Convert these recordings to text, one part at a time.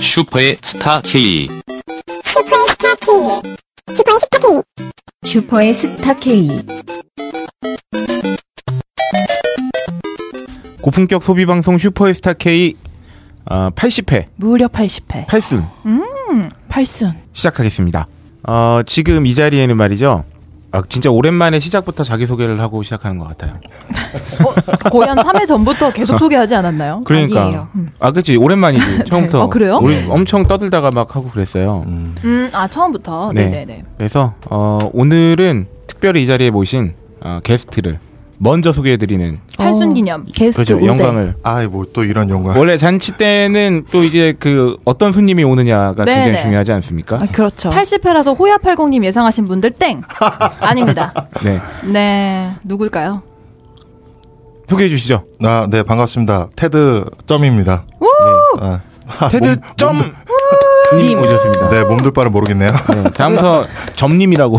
슈퍼의 스타 K. 슈퍼의 스타 K 슈퍼의 스타 K 슈퍼의 스타 K. 고품격 소비 방송 슈퍼스타 K 어, 80회 무려 80회. 8순 팔순. 시작하겠습니다. 어, 지금 이 자리에는 말이죠. 아, 진짜 오랜만에 시작부터 자기 소개를 하고 시작하는 것 같아요. 어, 거의 한 3회 전부터 계속 소개하지 않았나요? 그러니까 아니에요. 아 그치 오랜만이지 처음부터. 아, 그래요? 우리 엄청 떠들다가 막 하고 그랬어요. 음, 아, 처음부터. 네. 네, 네, 네. 그래서 어, 오늘은 특별히 이 자리에 모신 어, 게스트를 먼저 소개해드리는 팔순 기념. 그렇죠 어, 게스트 영광을 아이 뭐 또 이런 영광. 원래 잔치 때는 또 이제 그 어떤 손님이 오느냐가 네, 굉장히 네. 중요하지 않습니까? 그렇죠. 80회라서 호야팔공님 예상하신 분들 땡. 아닙니다. 네 네. 누굴까요? 소개해 주시죠. 아, 네 반갑습니다. 테드 점입니다. 아, 아, 테드 몸- 몸들- 점님 오셨습니다. 네 몸둘 바는 모르겠네요. 네, 다음부터 점님이라고.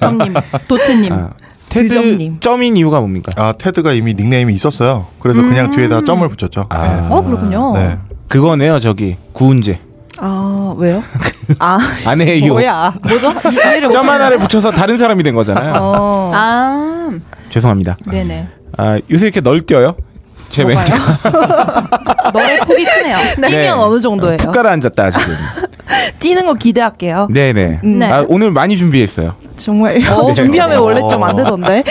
점님, 도트님. 아, 테드 점님. 점인 이유가 뭡니까? 아 테드가 이미 닉네임이 있었어요. 그래서 그냥 뒤에다 점을 붙였죠. 아. 어, 그렇군요. 네. 네. 그거네요, 저기 구운제 아 왜요? 아 아내의 유혹. 뭐야? 뭐죠? 이, 이해를 점 못하네. 하나를 붙여서 다른 사람이 된 거잖아요. 어. 아, 죄송합니다. 네네. 아, 요새 이렇게 넓뛰어요? 제 왼쪽. 너의 폭이 크네요. 뛰면 어느 정도예요? 푹 가라앉았다 지금. 뛰는 거 기대할게요. 네네. 음. 네. 아, 오늘 많이 준비했어요. 정말 네. 준비하면 원래 좀 어. 안 되던데.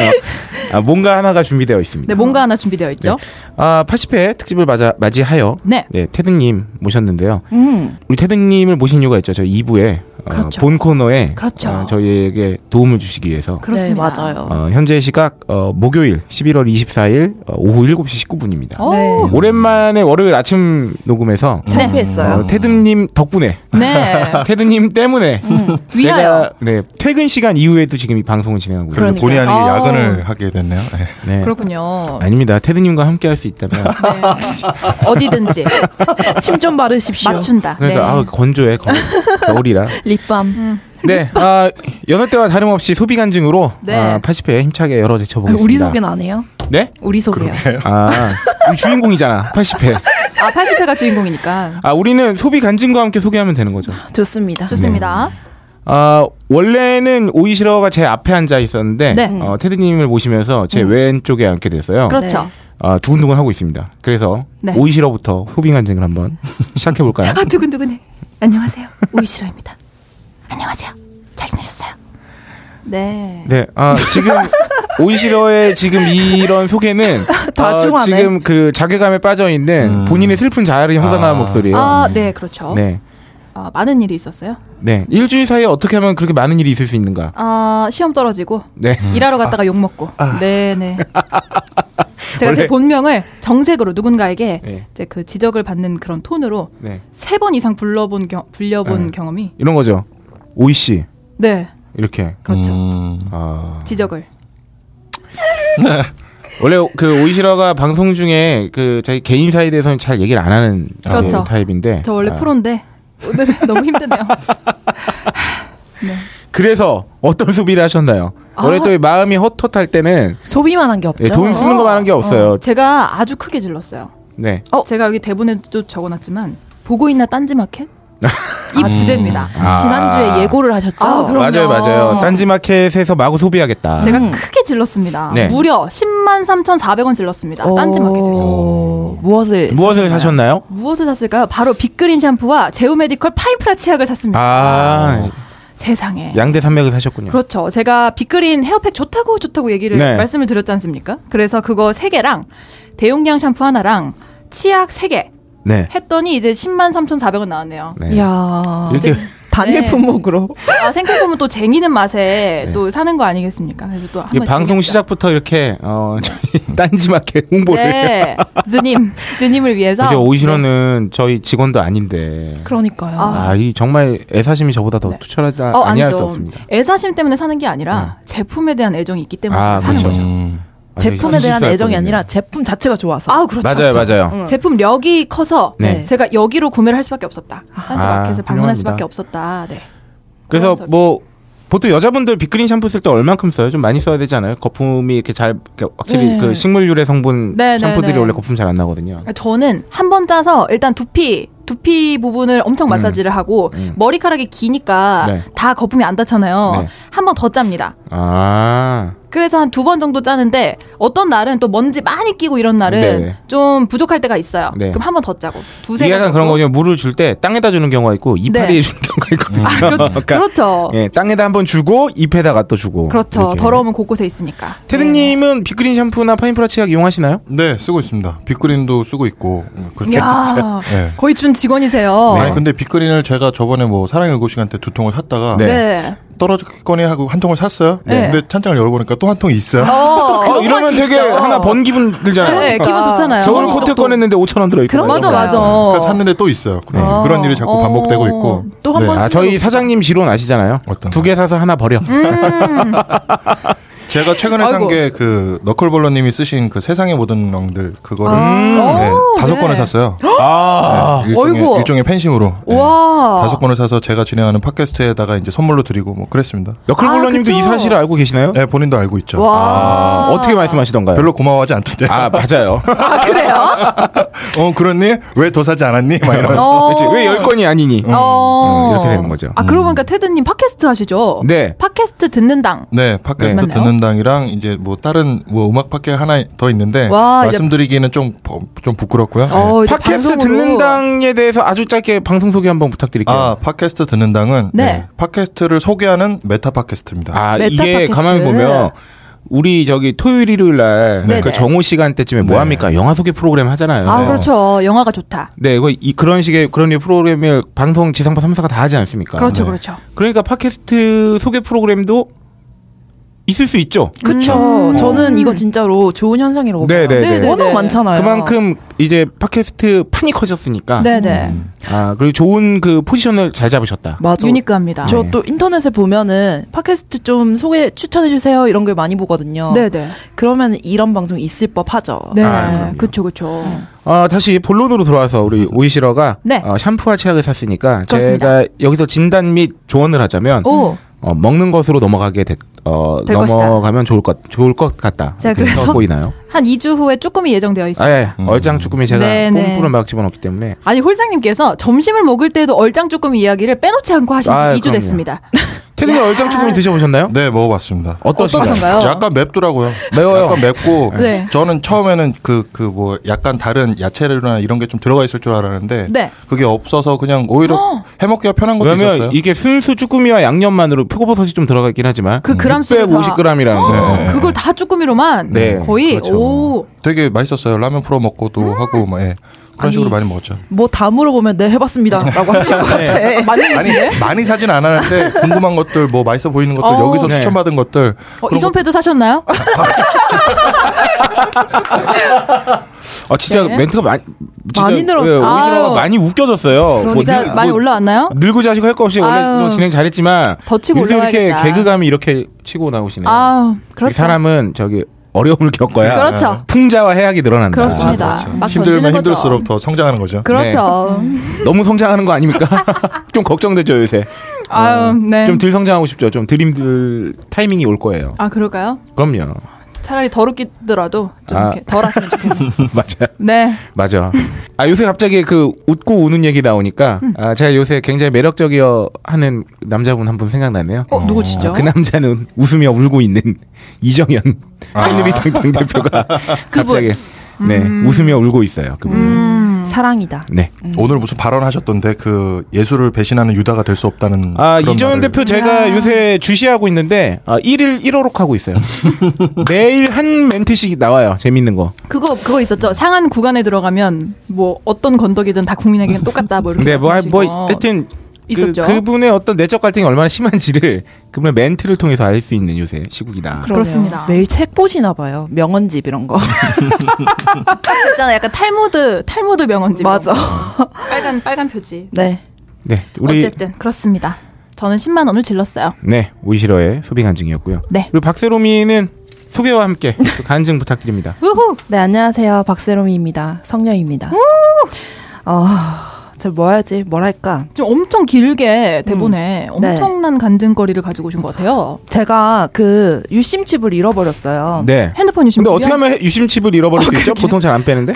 아, 뭔가 하나가 준비되어 있습니다. 네, 뭔가 하나 준비되어 있죠? 아, 80회 특집을 맞아, 맞이하여 네. 테드님 모셨는데요. 음. 우리 테드님을 모신 이유가 있죠. 저희 2부에 어, 그렇죠. 본 코너에 그렇죠. 어, 저희에게 도움을 주시기 위해서 그렇습니다. 네, 맞아요. 어, 현재 시각 어, 목요일 11월 24일 어, 오후 7시 19분입니다. 오, 네. 음, 오랜만에 월요일 아침 녹음해서 창피했어요. 어, 테드님 덕분에 네. 테드님 때문에 음, 위하여. 제가 네, 퇴근 시간 이후에도 지금 이 방송을 진행하고 있습니다. 그래서 본의 아니게 아. 야근을 하게 됐네요. 네. 네. 그렇군요. 네. 아닙니다. 테드님과 함께 할 수 있다면 어디든지 아. 침 좀 바르십시오. 맞춘다. 그러니까 네. 아 건조해 건- 겨울이라. 립밤. 네, 아, 여느 때와 다름없이 소비 간증으로 네. 아, 80회 힘차게 열어 제쳐보겠습니다. 우리 소개는 안 해요? 네? 우리 소개요. 아 우리 주인공이잖아 80회. 아, 80회가 주인공이니까. 아 우리는 소비 간증과 함께 소개하면 되는 거죠. 좋습니다. 좋습니다. 아 원래는 오이시러가 제 앞에 앉아 있었는데 네. 음. 어, 테드님을 모시면서 제 왼쪽에 앉게 됐어요. 그렇죠. 네. 아, 두근두근 하고 있습니다. 그래서 네. 오이시러부터 소비 간증을 한번 시작해 볼까요? 아, 두근두근해. 안녕하세요. 오이시라입니다. 안녕하세요. 잘 지내셨어요? 네. 네, 아 지금 오이시러의 지금 이런 소개는 다 어, 중하네. 지금 그 자괴감에 빠져 있는 본인의 슬픈 자아를 형상하는 아. 목소리예요. 아, 네, 그렇죠. 네. 아, 많은 일이 있었어요. 네. 일주일 사이에 어떻게 하면 그렇게 많은 일이 있을 수 있는가? 아, 시험 떨어지고 네. 일하러 갔다가 욕 먹고. 네, 네. 아. 제가 원래- 제 본명을 정색으로 누군가에게 네. 이제 그 지적을 받는 그런 톤으로 네. 세 번 이상 불러본 경, 불려본 네. 경험이 이런 거죠. 오이 씨 네, 이렇게. 그렇죠. 음, 아. 지적을. 원래 그 오이시러가 방송 중에 그 자기 개인 사이에 대해서는 잘 얘기를 안 하는 그 그렇죠. 타입인데. 저 원래 아. 프로인데 오늘 너무 힘드네요. 어, 네. 그래서 어떤 소비를 하셨나요? 아. 원래 또 마음이 헛헛할 때는 소비만 한 게 없죠. 예, 돈 쓰는 거만 한 게 없어요. 어, 제가 아주 크게 질렀어요. 네. 어? 제가 여기 대본에도 적어놨지만 보고 있나 딴지마켓 이 아. 부제입니다. 지난주에 예고를 하셨죠? 아, 그럼- 맞아요, 그럼요. 맞아요. 딴지마켓에서 마구 음. 소비하겠다. 음. 제가 크게 질렀습니다. 네. 무려 10만 3,400원 질렀습니다. 딴지마켓에서. 오, 무엇을 무엇을 사셨나요? 무엇을 샀을까요? 바로 빅그린 샴푸와 제우메디컬 파인프라 치약을 샀습니다. 아, 세상에. 양대 산맥을 사셨군요. 그렇죠. 제가 빅그린 헤어팩 좋다고 좋다고 얘기를 네. 말씀을 드렸지 않습니까? 그래서 그거 세개랑 대용량 샴푸 하나랑 치약 세개 네. 했더니 이제 10만 3,400원 나왔네요. 네. 이야 아, 이렇게 단일 네. 품목으로 아, 생각해보면 또 쟁이는 맛에 또 사는 거 아니겠습니까? 그래서 또 네. 이 한번 방송 쟁여보자. 시작부터 이렇게 어 저희 딴지마켓 홍보를 네. 주님, 주님을 위해서. 이제 오이시로는 저희 직원도 아닌데 그러니까요. 아. 아 이 정말 애사심이 저보다 더 네. 투철하지 어, 아니할 수 아니죠. 없습니다. 네. 애사심 때문에 사는 게 아니라 제품에 대한 애정이 있기 때문에 아, 사는 그렇죠. 거죠. 음. 아, 저희 제품에 대한 실수할 애정이 뻔했네요. 아니라 제품 자체가 좋아서. 아, 그렇죠. 맞아요, 맞아요. 응. 제품력이 커서 네. 제가 여기로 구매를 할 수밖에 없었다. 딴지마켓을 아, 훌륭합니다. 방문할 수밖에 없었다. 네. 그래서 그런 뭐 보통 여자분들 빅그린 샴푸 쓸 때 얼만큼 써요? 좀 많이 써야 되잖아요. 거품이 이렇게 잘 이렇게 확실히 네. 그 식물 유래 성분 네, 네, 샴푸들이 네. 아, 원래 거품 잘 안 나거든요. 저는 한 번 짜서 일단 두피 두피 부분을 엄청 마사지를 하고 음. 머리카락이 기니까 네. 다 거품이 안 닿잖아요. 네. 한 번 더 짭니다. 아, 그래서 한 두 번 정도 짜는데 어떤 날은 또 먼지 많이 끼고 이런 날은 네. 좀 부족할 때가 있어요. 네. 그럼 한 번 더 짜고 두세 이게 번 약간 정도. 그런 거죠. 물을 줄 때 땅에다 주는 경우가 있고 이파리에 네. 주는 경우가 있거든요. 아, 그렇, 그렇죠. 예, 땅에다 한 번 주고 잎에다가 또 주고. 그렇죠. 이렇게. 더러움은 곳곳에 있으니까. 테드님은 빅그린 샴푸나 파인프라 치약 이용하시나요? 네, 쓰고 있습니다. 빅그린도 쓰고 있고. 음, 그렇죠. 야, 어. 네. 거의 준 직원이세요. 네. 아니 근데 빅그린을 제가 저번에 뭐 사랑의 일곱 시간 때 두 통을 샀다가 네. 네. 떨어졌거니 하고 한 통을 샀어요. 네. 근데 찬장을 열어보니까 또 한 통이 있어요. 어, 어, 이러면 되게 하나 번 기분 들잖아요. 어, 네, 기분 좋잖아요. 저번 머릿속도. 코트 꺼냈는데 5천 원 들어있고. 그런 맞아, 거니까요. 맞아. 그러니까 샀는데 또 있어요. 그런, 네. 그런 일이 자꾸 어. 반복되고 네. 있고. 또한 번- 아, 저희 사장님 지론 아시잖아요. 어떤 두 개 사서 하나 버려. 음? 제가 최근에 아이고. 산 게 그 너클볼러님이 쓰신 그 세상의 모든 왕들 그거를 네, 아. 오, 다섯 네. 권을 샀어요. 아, 일종의, 어이구. 일종의 팬심으로 네, 와. 다섯 권을 사서 제가 진행하는 팟캐스트에다가 이제 선물로 드리고 뭐 그랬습니다. 너클볼러님도 아, 이 그쵸. 사실을 알고 계시나요? 네, 본인도 알고 있죠. 아, 와. 어떻게 말씀하시던가요? 별로 고마워하지 않던데. 아 맞아요. 아, 그래요? 어 그렇니? 왜 더 사지 않았니? 막 이러면서. 어. 그렇지 왜 열 건이 아니니? 음, 어. 이렇게 되는 거죠. 아, 그러고 보니까 테드님 팟캐스트 하시죠? 네. 팟캐스트 듣는 당. 네, 팟캐스트 네. 듣는 당이랑 이제 뭐 다른 뭐 음악 팟캐 하나 더 있는데 와, 이제- 말씀드리기는 좀 어, 좀 부끄럽고요. 네. 어, 이제 팟캐스트 방송으로. 듣는 당에 대해서 아주 짧게 방송 소개 한번 부탁드릴게요. 아, 팟캐스트 듣는 당은 예. 네. 네, 팟캐스트를 소개하는 메타 팟캐스트입니다. 아, 메타 이게 팟캐스트. 가만히 보면 우리 저기 토요일 일요일 네, 날그 네. 정오 시간대쯤에 뭐 네. 합니까? 영화 소개 프로그램 하잖아요. 아, 그렇죠. 영화가 좋다. 네, 이거 이 그런 식의 그런 류 프로그램을 방송 지상파 3사가 다 하지 않습니까? 그렇죠, 네. 그렇죠. 그러니까 팟캐스트 소개 프로그램도 있을 수 있죠. 그쵸. 저는 이거 진짜로 좋은 현상이라고 어. 네, 봐요. 네, 네. 워낙 네. 많잖아요. 그만큼 이제 팟캐스트 판이 커졌으니까 네네. 아 그리고 좋은 그 포지션을 잘 잡으셨다. 맞아. 유니크합니다. 네. 저 또 인터넷에 보면은 팟캐스트 좀 소개 추천해 주세요 이런 걸 많이 보거든요. 네네. 그러면 이런 방송 있을 법하죠. 네. 아, 그럼요. 그쵸, 그쵸. 아 다시 본론으로 돌아와서 우리 오이시러가 네. 어, 샴푸와 치약을 샀으니까 그렇습니다. 제가 여기서 진단 및 조언을 하자면 오. 어, 먹는 것으로 넘어가게 됐, 어, 될 것이다. 넘어가면 좋을 것 좋을 것 같다. 자, 이렇게 그래서? 해서 보이나요? 한 2주 후에 쭈꾸미 예정되어 있어요. 아, 예. 얼짱 주꾸미 제가 네, 네. 뽕뿌로 막 집어넣기 때문에 아니 홀장님께서 점심을 먹을 때도 얼짱 쭈꾸미 이야기를 빼놓지 않고 하신 지 아, 2주 그럼요. 됐습니다. 태등이 얼짱 주꾸미 드셔보셨나요? 네, 먹어봤습니다. 어떠신가요? 어떠신가요? 약간 맵더라고요. 매워요. 약간 맵고 네. 저는 처음에는 그 그 뭐 약간 다른 야채류나 이런 게 좀 들어가 있을 줄 알았는데 네. 그게 없어서 그냥 오히려 어. 해먹기가 편한 것도 왜냐면 있었어요. 이게 순수 쭈꾸미와 양념만으로 표고버섯이 좀 들어가 있긴 하지만 그 그람 수를 다- 650g이라는 어, 그걸 다 쭈꾸미로만 네, 거의 그렇죠. 오 되게 맛있었어요. 라면 풀어 먹고도 음. 하고 막 예. 그런 아니, 식으로 많이 먹었죠. 뭐 다 물어보면 네 해봤습니다라고 하실 것 같아. 맞는 아니 얘기네. 많이 사진 안 하는데 궁금한 것들 뭐 맛있어 보이는 것들 어. 여기서 네. 추천받은 것들 어, 그런 이손 패드 사셨나요? 아 진짜 네. 멘트가 많이 진짜 많이 늘었어. 예, 오히려 아유. 많이 웃겨졌어요. 뭐 진짜 늙- 많이 뭐 올라왔나요? 늘고 자시고 할 거 없이 아유. 원래 또 진행 잘했지만 더 치고 요새 이렇게 올라와야겠다. 개그감이 이렇게 치고 나오시네요. 아 이 그렇죠. 사람은 저기 어려움을 겪어야 그렇죠. 풍자와 해악이 늘어난다. 그렇죠. 그렇습니다. 맞아, 막 던지는 힘들면 거죠. 힘들수록 더 성장하는 거죠. 그렇죠. 너무 성장하는 거 아닙니까? 좀 걱정되죠 요새. 아유 네. 어, 좀 덜 성장하고 싶죠. 좀 드림들 타이밍이 올 거예요. 아 그럴까요? 그럼요. 차라리 더럽기더라도 좀 아. 이렇게 덜하시면 좋겠네요. 맞아. 네. 맞아. 아 요새 갑자기 그 웃고 우는 얘기 나오니까 음. 아 제가 요새 굉장히 매력적이어 하는 남자분 한 분 생각나네요. 어 누구시죠? 아, 그 남자는 웃으며 울고 있는 이정현 아. 새누리당 당대표가 갑자기 네 음. 웃으며 울고 있어요. 그분. 사랑이다. 네. 음. 오늘 무슨 발언하셨던데 그 예술을 배신하는 유다가 될 수 없다는 아 그런 이정현 말을- 대표 제가 요새 주시하고 있는데 아, 1일 1호록 하고 있어요. 매일 한 멘트씩 나와요. 재밌는 거. 그거 그거 있었죠. 상한 구간에 들어가면 뭐 어떤 건덕이든 다 국민에게는 똑같다 뭐 이렇게. 근데 뭐, 하- 말씀하시고. 뭐 하여튼 그, 있었죠. 그분의 어떤 내적 갈등이 얼마나 심한지를 그분의 멘트를 통해서 알 수 있는 요새 시국이다. 그럼. 그렇습니다. 매일 책 보시나 봐요. 명언집 이런 거. 있잖아. 약간 탈무드 탈무드 명언집. 맞아. 빨간 빨간 표지. 네. 네, 우리 어쨌든 그렇습니다. 저는 10만 원을 질렀어요. 네 오이시러의 소비 간증이었고요. 네. 그리고 박세롬이는 소개와 함께 또 간증 부탁드립니다. 우후. 네, 안녕하세요. 박세롬입니다. 성녀입니다. 어, 저뭐 하지? 뭘 할까? 지금 엄청 길게 대본에 음. 네. 엄청난 간증거리를 가지고 오신 것 같아요. 제가 그 유심칩을 잃어버렸어요. 네. 핸드폰 유심. 근데 어떻게 하면 해- 유심칩을 잃어버릴 수 있죠? 보통 잘 안 빼는데.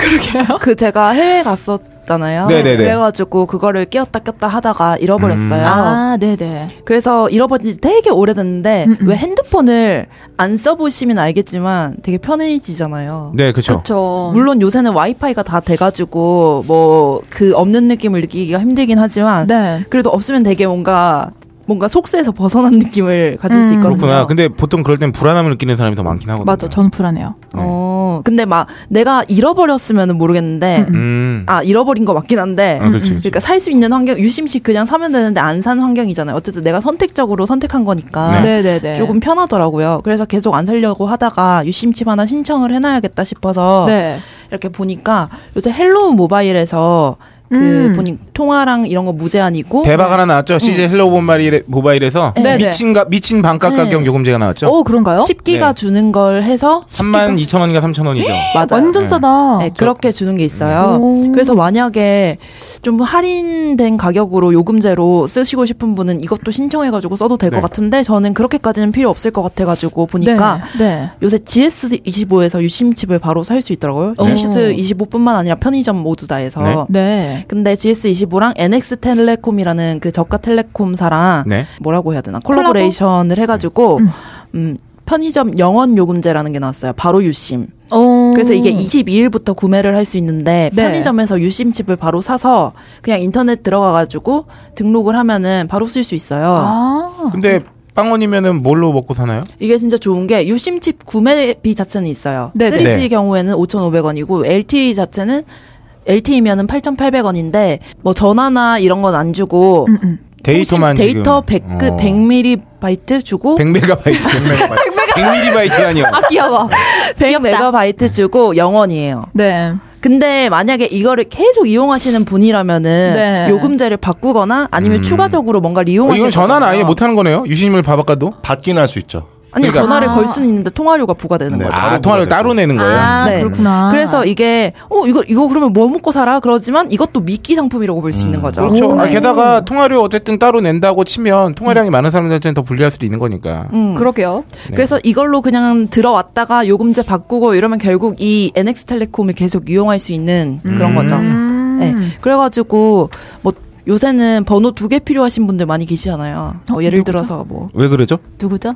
그 제가 해외 갔었 있잖아요. 네네네. 음. 그래가지고 그거를 끼웠다 꼈다 하다가 잃어버렸어요. 아, 네네. 그래서 잃어버린 지 되게 오래됐는데 왜 핸드폰을 안 써보시면 알겠지만 되게 편해지잖아요. 네, 그렇죠. 그렇죠. 물론 요새는 와이파이가 다 돼가지고 뭐 그 없는 느낌을 느끼기가 힘들긴 하지만 네. 그래도 없으면 되게 뭔가 뭔가 속세에서 벗어난 느낌을 가질 수 음. 있거든요. 그렇구나. 근데 보통 그럴 땐 불안함을 느끼는 사람이 더 많긴 하거든요. 맞아. 전 불안해요. 네. 어, 근데 막 내가 잃어버렸으면 모르겠는데 음. 아 잃어버린 거 맞긴 한데 아, 그렇지, 그렇지. 그러니까 살 수 있는 환경 유심씩 그냥 사면 되는데 안 산 환경이잖아요. 어쨌든 내가 선택적으로 선택한 거니까 네, 네, 네. 아. 조금 편하더라고요. 그래서 계속 안 살려고 하다가 유심칩 하나 신청을 해놔야겠다 싶어서 네. 이렇게 보니까 요새 헬로우 모바일에서 그 음. 보니 통화랑 이런 거 무제한이고 대박 하나 나왔죠. CJ 헬로우 모바일에, 모바일에서 네, 네. 미친 가 미친 반값 네. 가격 요금제가 나왔죠. 어, 그런가요? 10기가 네. 주는 걸 해서 3만 2천 원인가 3천 원이죠. 맞아요. 완전 싸다. 네, 그렇게 주는 게 있어요. 오. 그래서 만약에 좀 할인된 가격으로 요금제로 쓰시고 싶은 분은 이것도 신청해가지고 써도 될 것 네. 같은데 저는 그렇게까지는 필요 없을 것 같아가지고 보니까 네. 네. 요새 GS25에서 유심칩을 바로 살 수 있더라고요. 오. GS25뿐만 아니라 편의점 모두 다해서. 네. 네. 근데 GS25랑 NX텔레콤이라는 그 저가 텔레콤사랑 네. 뭐라고 해야 되나 콜라보레이션을 해가지고 음. 편의점 영원 요금제라는 게 나왔어요. 바로 유심. 어. 그래서 이게 22일부터 구매를 할 수 있는데 네. 편의점에서 유심칩을 바로 사서 그냥 인터넷 들어가가지고 등록을 하면은 바로 쓸 수 있어요. 어? 아. 근데 빵원이면은 뭘로 먹고 사나요? 이게 진짜 좋은 게 유심칩 구매비 자체는 있어요. 네네. 3G 네. 경우에는 5,500원이고 LTE 자체는 LTE면은 8,800원인데 뭐 전화나 이런 건 안 주고 음, 음. 데이터만 통신- 데이터 100, 지금. 그 어. 100mb 주고 100메가바이트. 100메가바이트 아니요. 귀여워. 100MB 주고 0원이에요. 네. 근데 만약에 이거를 계속 이용하시는 분이라면은 네. 요금제를 바꾸거나 아니면 음. 추가적으로 뭔가를 이용하시는 어, 이건 전화는 아예 거잖아요. 못 하는 거네요. 유심을 바바꿔도. 받긴 할 수 있죠. 아니 그러니까- 전화를 아. 걸 수는 있는데 통화료가 부과되는 네. 거죠. 아, 따로 통화를 먹어야 따로 내는 거예요. 아, 네. 그렇구나. 그래서 이게 어 이거 이거 그러면 뭐 먹고 살아? 그러지만 이것도 미끼 상품이라고 볼 수 있는 거죠. 그렇죠. 아, 네. 게다가 통화료 어쨌든 따로 낸다고 치면 통화량이 많은 사람들한테는 더 불리할 수도 있는 거니까. 음. 그러게요. 네. 그래서 이걸로 그냥 들어왔다가 요금제 바꾸고 이러면 결국 이 NX텔레콤을 계속 이용할 수 있는 음. 음. 그런 거죠. 네. 그래가지고 뭐 요새는 번호 두 개 필요하신 분들 많이 계시잖아요. 뭐 어, 예를 누구죠? 들어서 뭐 뭐 왜 그러죠? 누구죠?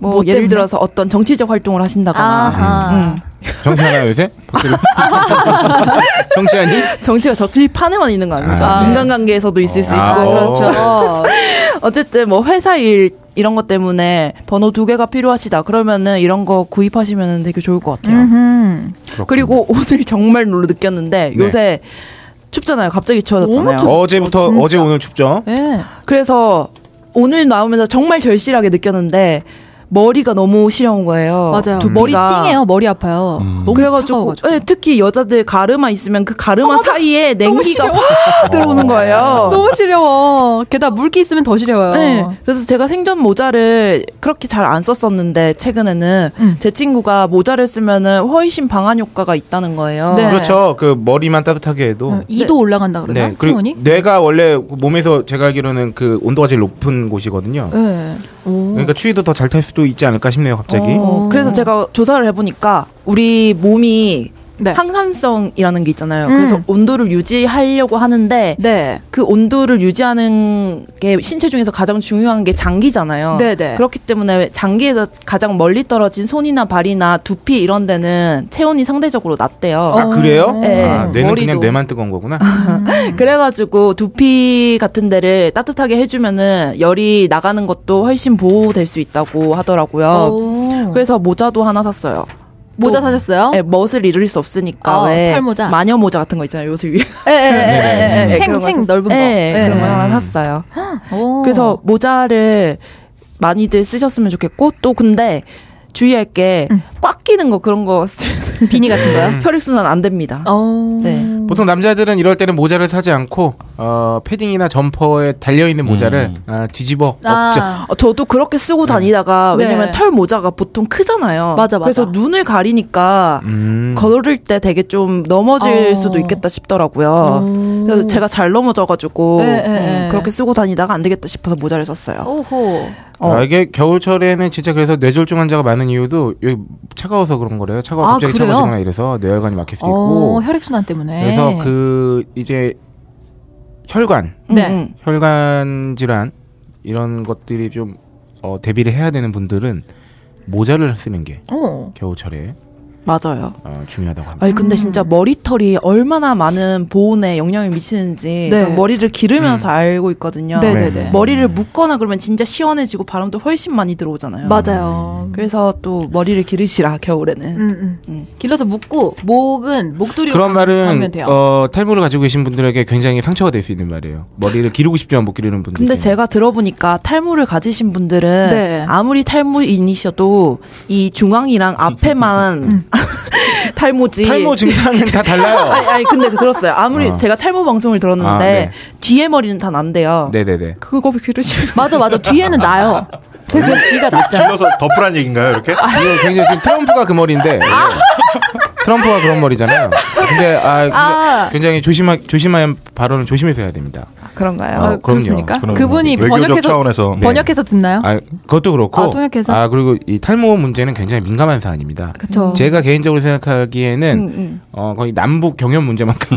뭐 예를 때문에? 들어서 어떤 정치적 활동을 하신다거나 아하. 정치하나 요새? 정치하니? 정치가 적질판에만 있는 거 아니죠? 아, 네. 인간관계에서도 있을 수 있고 아, 어. 그렇죠. 어쨌든 뭐 회사 일 이런 것 때문에 번호 두 개가 필요하시다 그러면은 이런 거 구입하시면 되게 좋을 것 같아요. 음. 그리고 오늘 정말 놀라 느꼈는데 네. 요새 춥잖아요. 갑자기 추워졌잖아요. 어제부터 어제 오늘 춥죠. 예. 그래서 오늘 나오면서 정말 절실하게 느꼈는데 머리가 너무 시려운 거예요. 맞아요. 어. 두피가. 머리 띵해요. 머리 아파요. 너무 그래가지고 차가워가지고. 어, 예, 특히 여자들 가르마 있으면 그 가르마 사이에 냉기가 시려워. 확 들어오는 거예요. 너무 시려워. 게다가 물기 있으면 더 시려워요. 네. 그래서 제가 생전 모자를 그렇게 잘 안 썼었는데 최근에는 음. 제 친구가 모자를 쓰면은 훨씬 방한 효과가 있다는 거예요. 네. 그렇죠. 그 머리만 따뜻하게 어, 네. 해도. 이도 올라간다 그러나? 네. 그리고 체온이? 뇌가 원래 몸에서 제가 알기로는 그 온도가 제일 높은 곳이거든요. 네. 오. 그러니까 추위도 더 잘 탈 수도 있지 않을까 싶네요, 갑자기. 어, 그래서 제가 조사를 해보니까 우리 몸이 네. 항산성이라는 게 있잖아요. 음. 그래서 온도를 유지하려고 하는데 네. 그 온도를 유지하는 게 신체 중에서 가장 중요한 게 장기잖아요. 네네. 그렇기 때문에 장기에서 가장 멀리 떨어진 손이나 발이나 두피 이런 데는 체온이 상대적으로 낮대요. 어. 아, 그래요? 네. 아, 뇌는 머리도. 그냥 뇌만 뜨거운 거구나. 그래가지고 두피 같은 데를 따뜻하게 해주면은 열이 나가는 것도 훨씬 보호될 수 있다고 하더라고요. 오. 그래서 모자도 하나 샀어요. 모자 또- 사셨어요? 네, 멋을 잃을 수 없으니까 아, 왜 털모자. 마녀 모자 같은 거 있잖아요. 요새 위에 네, 예예예예. 네, 그런 거 챙챙 넓은 거. 네, 예. 그런 걸 하나 샀어요. 오. 그래서 모자를 많이들 쓰셨으면 좋겠고 또 근데 주의할 게 꽉 끼는 거 그런 거 쓰면 비니 같은 거요? 혈액순환 안 됩니다. 어. 네. 보통 남자들은 이럴 때는 모자를 사지 않고 어, 패딩이나 점퍼에 달려 있는 모자를 음. 아, 뒤집어 먹죠. 아. 어, 저도 그렇게 쓰고 다니다가 네. 왜냐면 털 모자가 보통 크잖아요. 맞아, 맞아. 그래서 눈을 가리니까 음. 걸을 때 되게 좀 넘어질 어. 수도 있겠다 싶더라고요. 오. 그래서 제가 잘 넘어져가지고 네, 네, 음, 네. 그렇게 쓰고 다니다가 안 되겠다 싶어서 모자를 썼어요. 오호. 어. 아, 이게 겨울철에는 진짜 그래서 뇌졸중 환자가 많은 이유도 여기 차가워서 그런 거래요. 차가워 아, 갑자기 그래요? 차가워지거나 이래서 뇌혈관이 막힐 수도 어, 네. 있고. 혈액순환 때문에. 그래서 그 이제 혈관, 네. 음, 혈관 질환 이런 것들이 좀 어, 대비를 해야 되는 분들은 모자를 쓰는 게 어. 겨울철에 음, 맞아요. 어, 중요하다고 합니다. 음. 아니 근데 진짜 머리털이 얼마나 많은 보온에 영향을 미치는지 네. 저 머리를 기르면서 알고 있거든요. 네네네. 머리를 묶거나 그러면 진짜 시원해지고 바람도 훨씬 많이 들어오잖아요. 음. 맞아요. 그래서 또 머리를 기르시라 겨울에는. 음, 음. 음. 길러서 묶고 목은 목도리로 그런 말은 감으면 돼요. 어, 탈모를 가지고 계신 분들에게 굉장히 상처가 될 수 있는 말이에요. 머리를 기르고 싶지만 못 기르는 분들. 근데 때문에. 제가 들어보니까 탈모를 가지신 분들은 네. 아무리 탈모인이셔도 이 중앙이랑 음. 앞에만 탈모지. 탈모 증상은 다 달라요. 아니, 아니 근데 그 들었어요. 아무리 어. 제가 탈모 방송을 들었는데 아, 네. 뒤에 머리는 다 안 돼요. 네네네. 그거 기르시면 맞아, 맞아. 뒤에는 나요. 되게 어. 귀가 나. 길러서 덮으란 얘기인가요, 이렇게? 아. 이거 굉장히 지금 트럼프가 그 머리인데 트럼프가 그런 머리잖아요. 근데 아, 근데 아. 굉장히 조심하 조심한 발언을 조심해서 해야 됩니다. 그런가요? 아, 그럼요. 그렇습니까? 그럼요. 그분이 외교적 번역해서 차원에서. 네. 번역해서 듣나요? 아 그것도 그렇고 아, 통역해서? 아, 그리고 이 탈모 문제는 굉장히 민감한 사안입니다. 그렇죠. 음. 제가 개인적으로 생각하기에는 음, 음. 어, 거의 남북 경연 문제만큼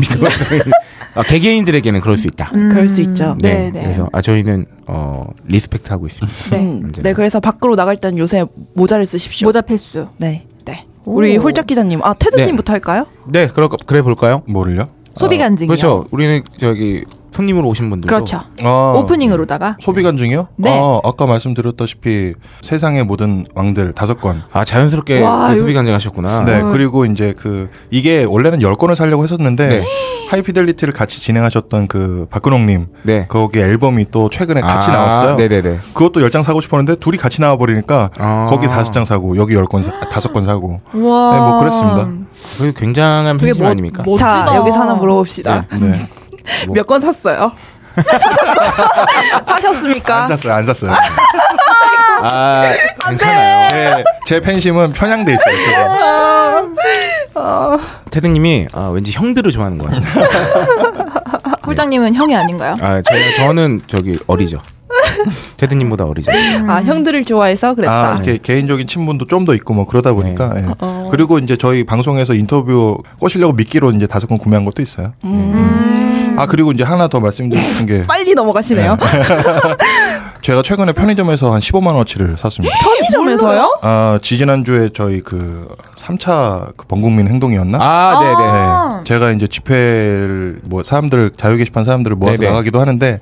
민감한 사안이- 아, 개개인들에게는 그럴 수 있다. 음. 그럴 수 있죠. 네, 네, 네. 그래서 아 저희는 어 리스펙트 하고 있습니다. 네. 음, 문제는. 네, 그래서 밖으로 나갈 땐 요새 모자를 쓰십시오. 모자 패스. 네. 네. 우리 오. 홀짝 기자님, 아 테드님부터 할까요? 네, 그럴 거- 그래 볼까요? 뭐를요? 소비 어, 간증이요. 그렇죠. 우리는 저기 손님으로 오신 분들도 그렇죠. 아, 오프닝으로다가 소비 간증이요? 네. 아, 아까 말씀드렸다시피 세상의 모든 왕들 다섯 권. 아 자연스럽게 와, 그 이거- 소비 간증하셨구나. 네, 그리고 이제 그 이게 원래는 열 권을 살려고 했었는데 네. 하이피델리티를 같이 진행하셨던 그 박근홍님 네. 거기 앨범이 또 최근에 같이 아, 나왔어요. 네네네. 그것도 열 장 사고 싶었는데 둘이 같이 나와 버리니까 아. 거기 다섯 장 사고 여기 열권 다섯 권 사고. 와. 네, 뭐 그랬습니다. 그 굉장한 되게 팬심 뭐- 아닙니까? 뭐- 자, 멋지다. 여기서 하나 물어봅시다. 네. 뭐- 몇 권 샀어요? 사셨어요? 사셨습니까? 안 샀어요. 안 샀어요. 아 괜찮아요. 제, 제 팬심은 편향돼 있어요. 지금. 테드님이 아, 왠지 형들을 좋아하는 것 같아요. 네. 홀장님은 형이 아닌가요? 아 저는 저는 저기 어리죠. 테드님보다 어리죠. 아, 형들을 좋아해서 그랬다. 어, 아, 네. 이렇게 개인적인 친분도 좀 더 있고 뭐 그러다 보니까. 예. 그리고 이제 저희 방송에서 인터뷰 꼬시려고 미끼로 이제 다섯 권 구매한 것도 있어요. 음. 예. 아, 그리고 이제 하나 더 말씀드리고 싶은 게 빨리 넘어가시네요. 제가 최근에 편의점에서 한 15만 원어치를 샀습니다. 네. 편의점에서요? 아, 지지난주에 저희 그 3차 그 범국민 행동이었나? 아 네네. 네. 제가 이제 집회를 뭐 사람들 자유 게시판 사람들을 모아서 네네. 그렇죠. 나가기도 하는데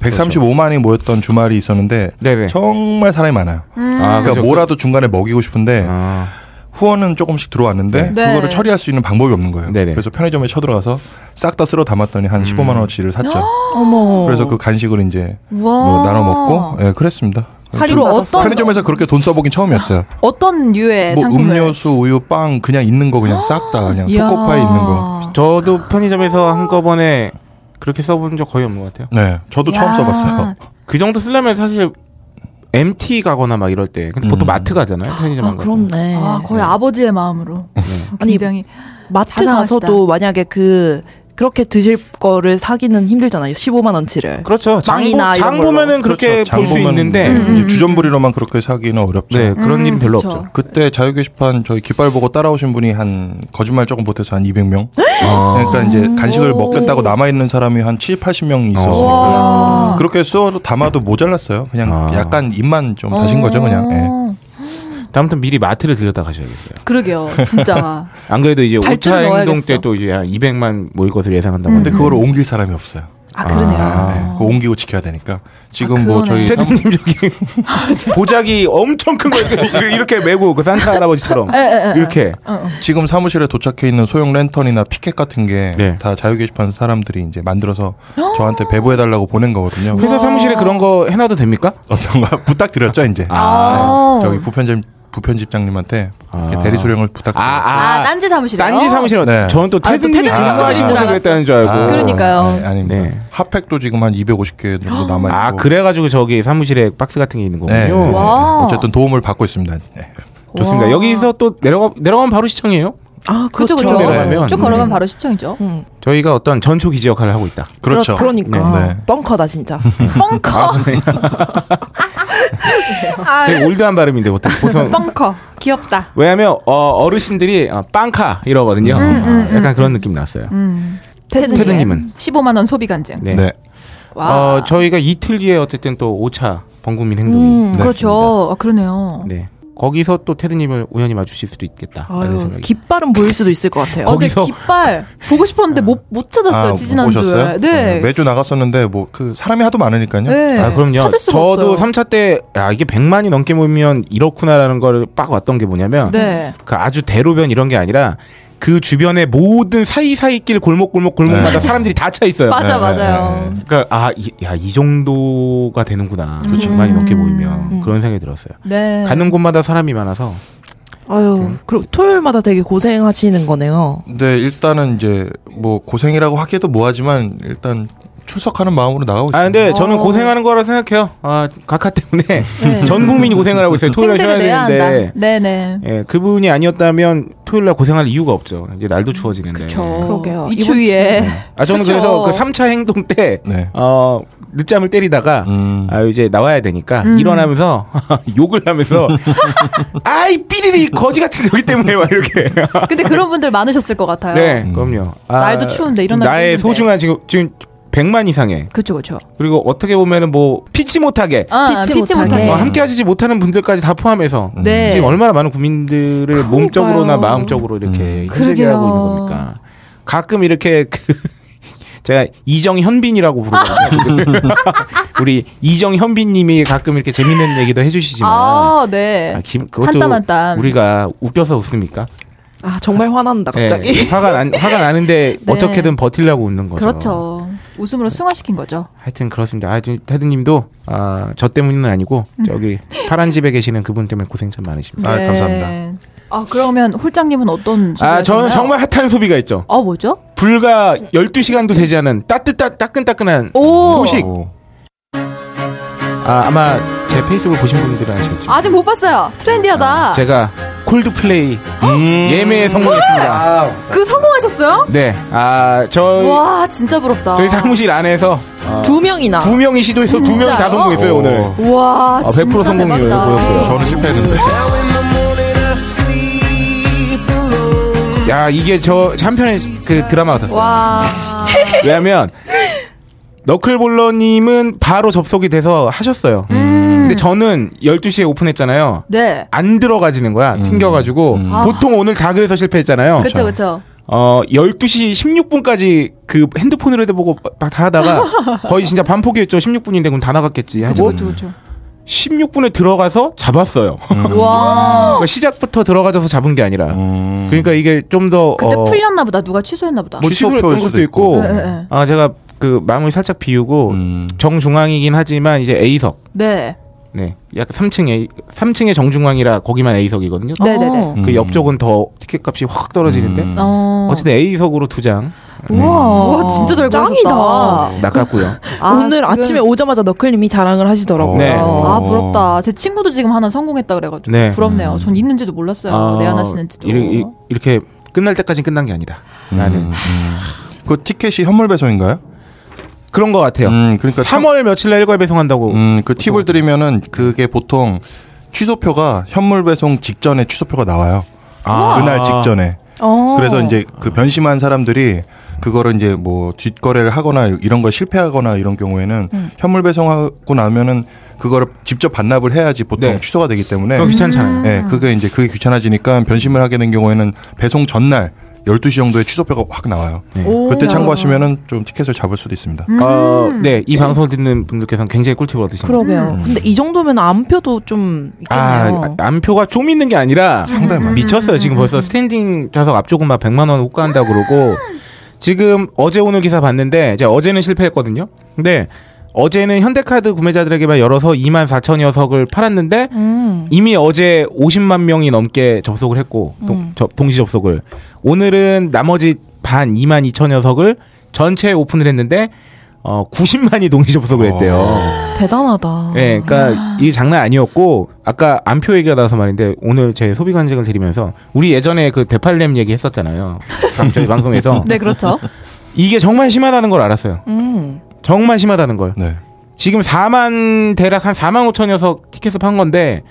135만이 모였던 주말이 있었는데 네네. 정말 사람이 많아요. 음. 아 그러니까 뭐라도 중간에 먹이고 싶은데 아, 후원은 조금씩 들어왔는데 네. 그거를 처리할 수 있는 방법이 없는 거예요. 네네. 음. 그래서 편의점에 쳐들어가서 싹 다 쓸어 담았더니 한 15만 원어치를 샀죠. 어머. 그래서 그 간식을 이제 와. 뭐 나눠 먹고 예, 그랬습니다. 주로 어떤 편의점에서 그렇게 돈 써보긴 처음이었어요. 어떤 류의 뭐 상품을 음료수, 우유, 빵 그냥 있는 거 그냥 싹 다 그냥 이야. 아, 초코파이 있는 거. 저도 편의점에서 한꺼번에 그렇게 써본 적 거의 없는 것 같아요. 네, 저도 야. 처음 써봤어요. 그 정도 쓰려면 사실 MT 가거나 막 이럴 때. 근데 보통 음. 마트 가잖아요. 편의점 아, 안 가고. 그렇네. 아, 거의 아버지의 마음으로. 네. 아니, 굉장히 마트 자상하시다. 가서도 만약에 그 그렇게 드실 거를 사기는 힘들잖아요. 15만 원치를. 그렇죠. 장, 빵이나 이런 보, 장 걸로. 보면은 그렇게 그렇죠. 볼 수 장보면 있는데 이제 주전부리로만 그렇게 사기는 어렵죠. 네 그런 음, 일은 별로 그쵸. 없죠. 그때 자유 게시판 저희 깃발 보고 따라오신 분이 한 거짓말 조금 못해서 한 200명. 아. 그러니까 이제 간식을 먹겠다고 남아 있는 사람이 한 7, 80명 아. 어. 있었으니까 음, 와. 그렇게 쏘아도 담아도 모자랐어요. 그냥 아. 약간 입만 좀 다신 거죠, 그냥. 예. 다음부터 미리 마트를 들렸다 가셔야겠어요. 그러게요. 진짜. 안 그래도 이제 발주를 5차 행동 넣어야겠어. 때 또 이제 한 200만 모일 것을 예상한다고. 근데 그걸 옮길 사람이 없어요. 아, 그러네요. 네, 그거 옮기고 지켜야 되니까. 지금 뭐 저희 테드님 음. 저기 보자기 엄청 큰 거 이렇게 메고 그 산타 할아버지처럼 이렇게 지금 사무실에 도착해 있는 소형 랜턴이나 피켓 같은 게 다 네. 자유 게시판 사람들이 이제 만들어서 저한테 배부해 달라고 보낸 거거든요. 회사 사무실에 그런 거 해놔도 됩니까? 어떤가 부탁드렸죠 이제 아. 네, 저기 부편집 부편집장님한테 이렇게 아. 대리 수령을 부탁드렸어요. 아, 딴지 사무실이요? 딴지 사무실. 네. 저는 또 아, 또 테드님이 테드님 근무하신 사무실인 줄 곳에 알았어. 그랬다는 줄 알고. 아, 그러니까요. 네, 아닙니다. 네. 핫팩도 지금 한 250개 정도 남아 있고. 아 그래가지고 저기 사무실에 박스 같은 게 있는 거군요. 네. 네. 네. 와. 어쨌든 도움을 받고 있습니다. 네. 좋습니다. 와. 여기서 또 내려가 내려가면 바로 시청이에요. 아, 그렇죠, 그렇죠. 그렇죠. 내려가면. 쭉 네. 걸어가면 바로 시청이죠. 저희가 어떤 전초 기지 역할을 하고 있다. 그러니까. 그러니까. 네, 그렇죠. 그러, 니까 네. 아, 뻥커다 진짜. 펑커. 아, 되게 올드한 발음인데 보통 보통 벙커. 귀엽다. 왜냐하면 어, 르신들이 아, 빵카 이러거든요. 아, 약간 그런 느낌 났어요. 테드님은 15만 원 소비 간증. 네. 네. 와. 어, 저희가 이틀 뒤에 어쨌든 또 5차 범국민 행동이 음. 네. 그렇죠. 아, 그러네요. 네. 거기서 또 테드님을 우연히 마주칠 수도 있겠다. 라는 아유, 생각이. 깃발은 보일 수도 있을 것 같아요. 어, 근데 거기서- 아. 깃발 보고 싶었는데 못, 못 찾았어요. 지지난주에. 아, 오셨어요? 네. 매주 나갔었는데 뭐 그 사람이 하도 많으니까요. 네. 아, 그럼요. 찾을 수가 저도 없어요. 3차 때, 야, 이게 100만이 넘게 모이면 이렇구나라는 걸 빡 왔던 게 뭐냐면, 네. 그 아주 대로변 이런 게 아니라, 그 주변의 모든 사이사이 길 골목골목 골목마다 네. 사람들이 다 차 있어요. 맞아, 네, 맞아요. 그러니까 아, 이, 야, 이 정도가 되는구나. 그렇죠. 많이 넘게 모이면 그런 생각이 들었어요. 음. 네. 가는 곳마다 사람이 많아서 네. 아유, 그리고 토요일마다 되게 고생하시는 거네요. 근데 일단은 이제 뭐 고생이라고 하기도 뭐하지만 일단 출석하는 마음으로 나가고 있습니다. 아 어. 근데 저는 고생하는 거라 생각해요. 아 각하 때문에 전 국민이 고생을 하고 있어요. 토요일에 네. 생색을 내야 쉬어야 되는데 한다. 네네. 예, 그분이 아니었다면 토요일날 고생할 이유가 없죠. 이제 날도 추워지는데. 저 그러게요. 이 이번 추위에 아 저는 그쵸. 그래서그 3차 행동 때 네. 어, 늦잠을 때리다가 음. 아 이제 나와야 되니까 음. 일어나면서 욕을 하면서 아이 삐리리 거지 같은 거기 때문에 막 이렇게 근데 그런 분들 많으셨을 것 같아요. 네, 그럼요. 아, 날도 추운데 일어나기 나의 힘든데. 소중한 지금 지금 100만 이상의 그렇죠, 그렇죠. 그리고 어떻게 보면은 뭐 피치 못하게 아, 피치 피치, 못하게. 못하게. 어, 함께 하시지 못하는 분들까지 다 포함해서 네. 지금 얼마나 많은 국민들을 몸적으로나 마음적으로 이렇게 힘들게 그러게요. 하고 있는 겁니까? 가끔 이렇게 그 제가 이정현빈이라고 부르거든요. 우리 이정현빈님이 가끔 이렇게 재밌는 얘기도 해주시지만 아, 네. 아, 김- 한 그것도 땀 한 땀. 우리가 웃겨서 웃습니까? 아, 정말 화난다, 네, 갑자기. 화가 난 화가 나는데 네. 어떻게든 버틸려고 웃는 거죠. 그렇죠. 웃음으로 승화시킨 거죠. 하여튼 그렇습니다. 아, 지금 테드님도 아, 저 때문은 아니고 음. 저기 파란 집에 계시는 그분 때문에 고생 참 많으십니다. 아, 네. 감사합니다. 아, 그러면 홀장님은 어떤 아, 소비가 저는 있나요? 정말 핫한 소비가 있죠. 어, 뭐죠? 불과 12시간도 되지 않은 따뜻한 따끈따끈한 오. 소식. 오. 아, 아마 제 페이스북을 보신 분들은 아시겠지만 아직 못 봤어요. 트렌디하다. 아, 제가 콜드플레이 음. 예매에 성공했습니다. 아, 그 성공하셨어요? 네. 아, 저희 와, 진짜 부럽다. 저희 사무실 안에서 어, 두 명이나. 두 명이 시도해서 두 명 다 아. 진짜요? 성공했어요, 오. 오늘. 와, 아, 100% 진짜 성공률 대박이다. 보였고요. 저는 실패했는데. 아, 야, 이게 저 한편의 그 드라마 같았어요. 와. 왜냐면 너클볼러 님은 바로 접속이 돼서 하셨어요. 음. 근데 저는 12시에 오픈했잖아요. 네. 안 들어가지는 거야. 튕겨가지고. 보통 오늘 다 그래서 실패했잖아요. 아. 그렇죠, 그렇죠. 어, 12시 16분까지 그 핸드폰으로 해보고 막 다 하다가 거의 진짜 반포기였죠. 16분인데 그럼 다 나갔겠지. 하고 그렇죠, 그렇죠. 16분에 들어가서 잡았어요. 음. 와. 그러니까 시작부터 들어가져서 잡은 게 아니라. 음. 그러니까 이게 좀 더. 근데 어, 풀렸나 보다. 누가 취소했나 보다. 뭐 취소표일 취소했던 수도 것도 있고. 예, 예. 아, 제가 그 마음을 살짝 비우고 음. 정중앙이긴 하지만 이제 A석. 네. 네. 약간 3층 A, 3층의 정중앙이라 거기만 A석이거든요. 네, 네, 네. 어. 그 옆쪽은 더 티켓 값이 확 떨어지는데. 음. 어. 어쨌든 A석으로 두 장 우와. 와, 진짜 잘 짱이다. 구하셨다. 낚았고요. 아, 오늘 지금- 아침에 오자마자 너클님이 자랑을 하시더라고요. 네. 아 부럽다. 제 친구도 지금 하나 성공했다 그래가지고 네. 아, 부럽네요. 전 있는지도 몰랐어요. 네, 내한하시는지도. 이렇게, 이렇게 끝날 때까지 끝난 게 아니다. 음. 나는 그 티켓이 현물 배송인가요? 그런 것 같아요. 음, 그러니까 참- 3월 며칠 날 일괄 배송한다고. 음, 그 팁을 드리면은 그게 보통 취소표가 현물 배송 직전에 취소표가 나와요. 아. 그날 직전에. 어. 그래서 이제 그 변심한 사람들이 그거를 이제 뭐 뒷거래를 하거나 이런 거 실패하거나 이런 경우에는 현물 배송하고 나면은 그거를 직접 반납을 해야지 보통 네. 취소가 되기 때문에 그거 귀찮잖아요. 예, 그게 이제 그게 귀찮아지니까 변심을 하게 된 경우에는 배송 전날 12시 정도에 취소표가 확 나와요. 그때 참고하시면은 좀 티켓을 잡을 수도 있습니다. 어, 음. 네, 이 방송을 듣는 분들께서는 굉장히 꿀팁을 얻으신 거예요. 그러게요. 근데 이 정도면 안표도 좀 아, 있겠네요. 음. 안표가 좀 있는 게 아니라 상당히 많아요. 미쳤어요. 지금 벌써 스탠딩 좌석 앞쪽은 막 100만 원 호가한다 그러고 지금 어제 오늘 기사 봤는데 제가 어제는 실패했거든요. 근데 어제는 현대카드 구매자들에게만 열어서 2만 4천 여석을 팔았는데 음. 이미 어제 50만 명이 넘게 접속을 했고 음. 동, 시 접속을 오늘은 나머지 반 2만 2천 녀석을 전체 오픈을 했는데 어 90만이 동시 접속을 했대요. 대단하다. 예, 그러니까 이 장난 아니었고 아까 안표 얘기가 나와서 말인데 오늘 제 소비 관측을 드리면서 우리 예전에 그 대팔렘 얘기 했었잖아요. 저희 방송에서 네, 그렇죠. 이게 정말 심하다는 걸 알았어요. 음. 정말 심하다는 걸. 네. 지금 4만 대략 한 4만 5천 녀석 티켓을 판 건데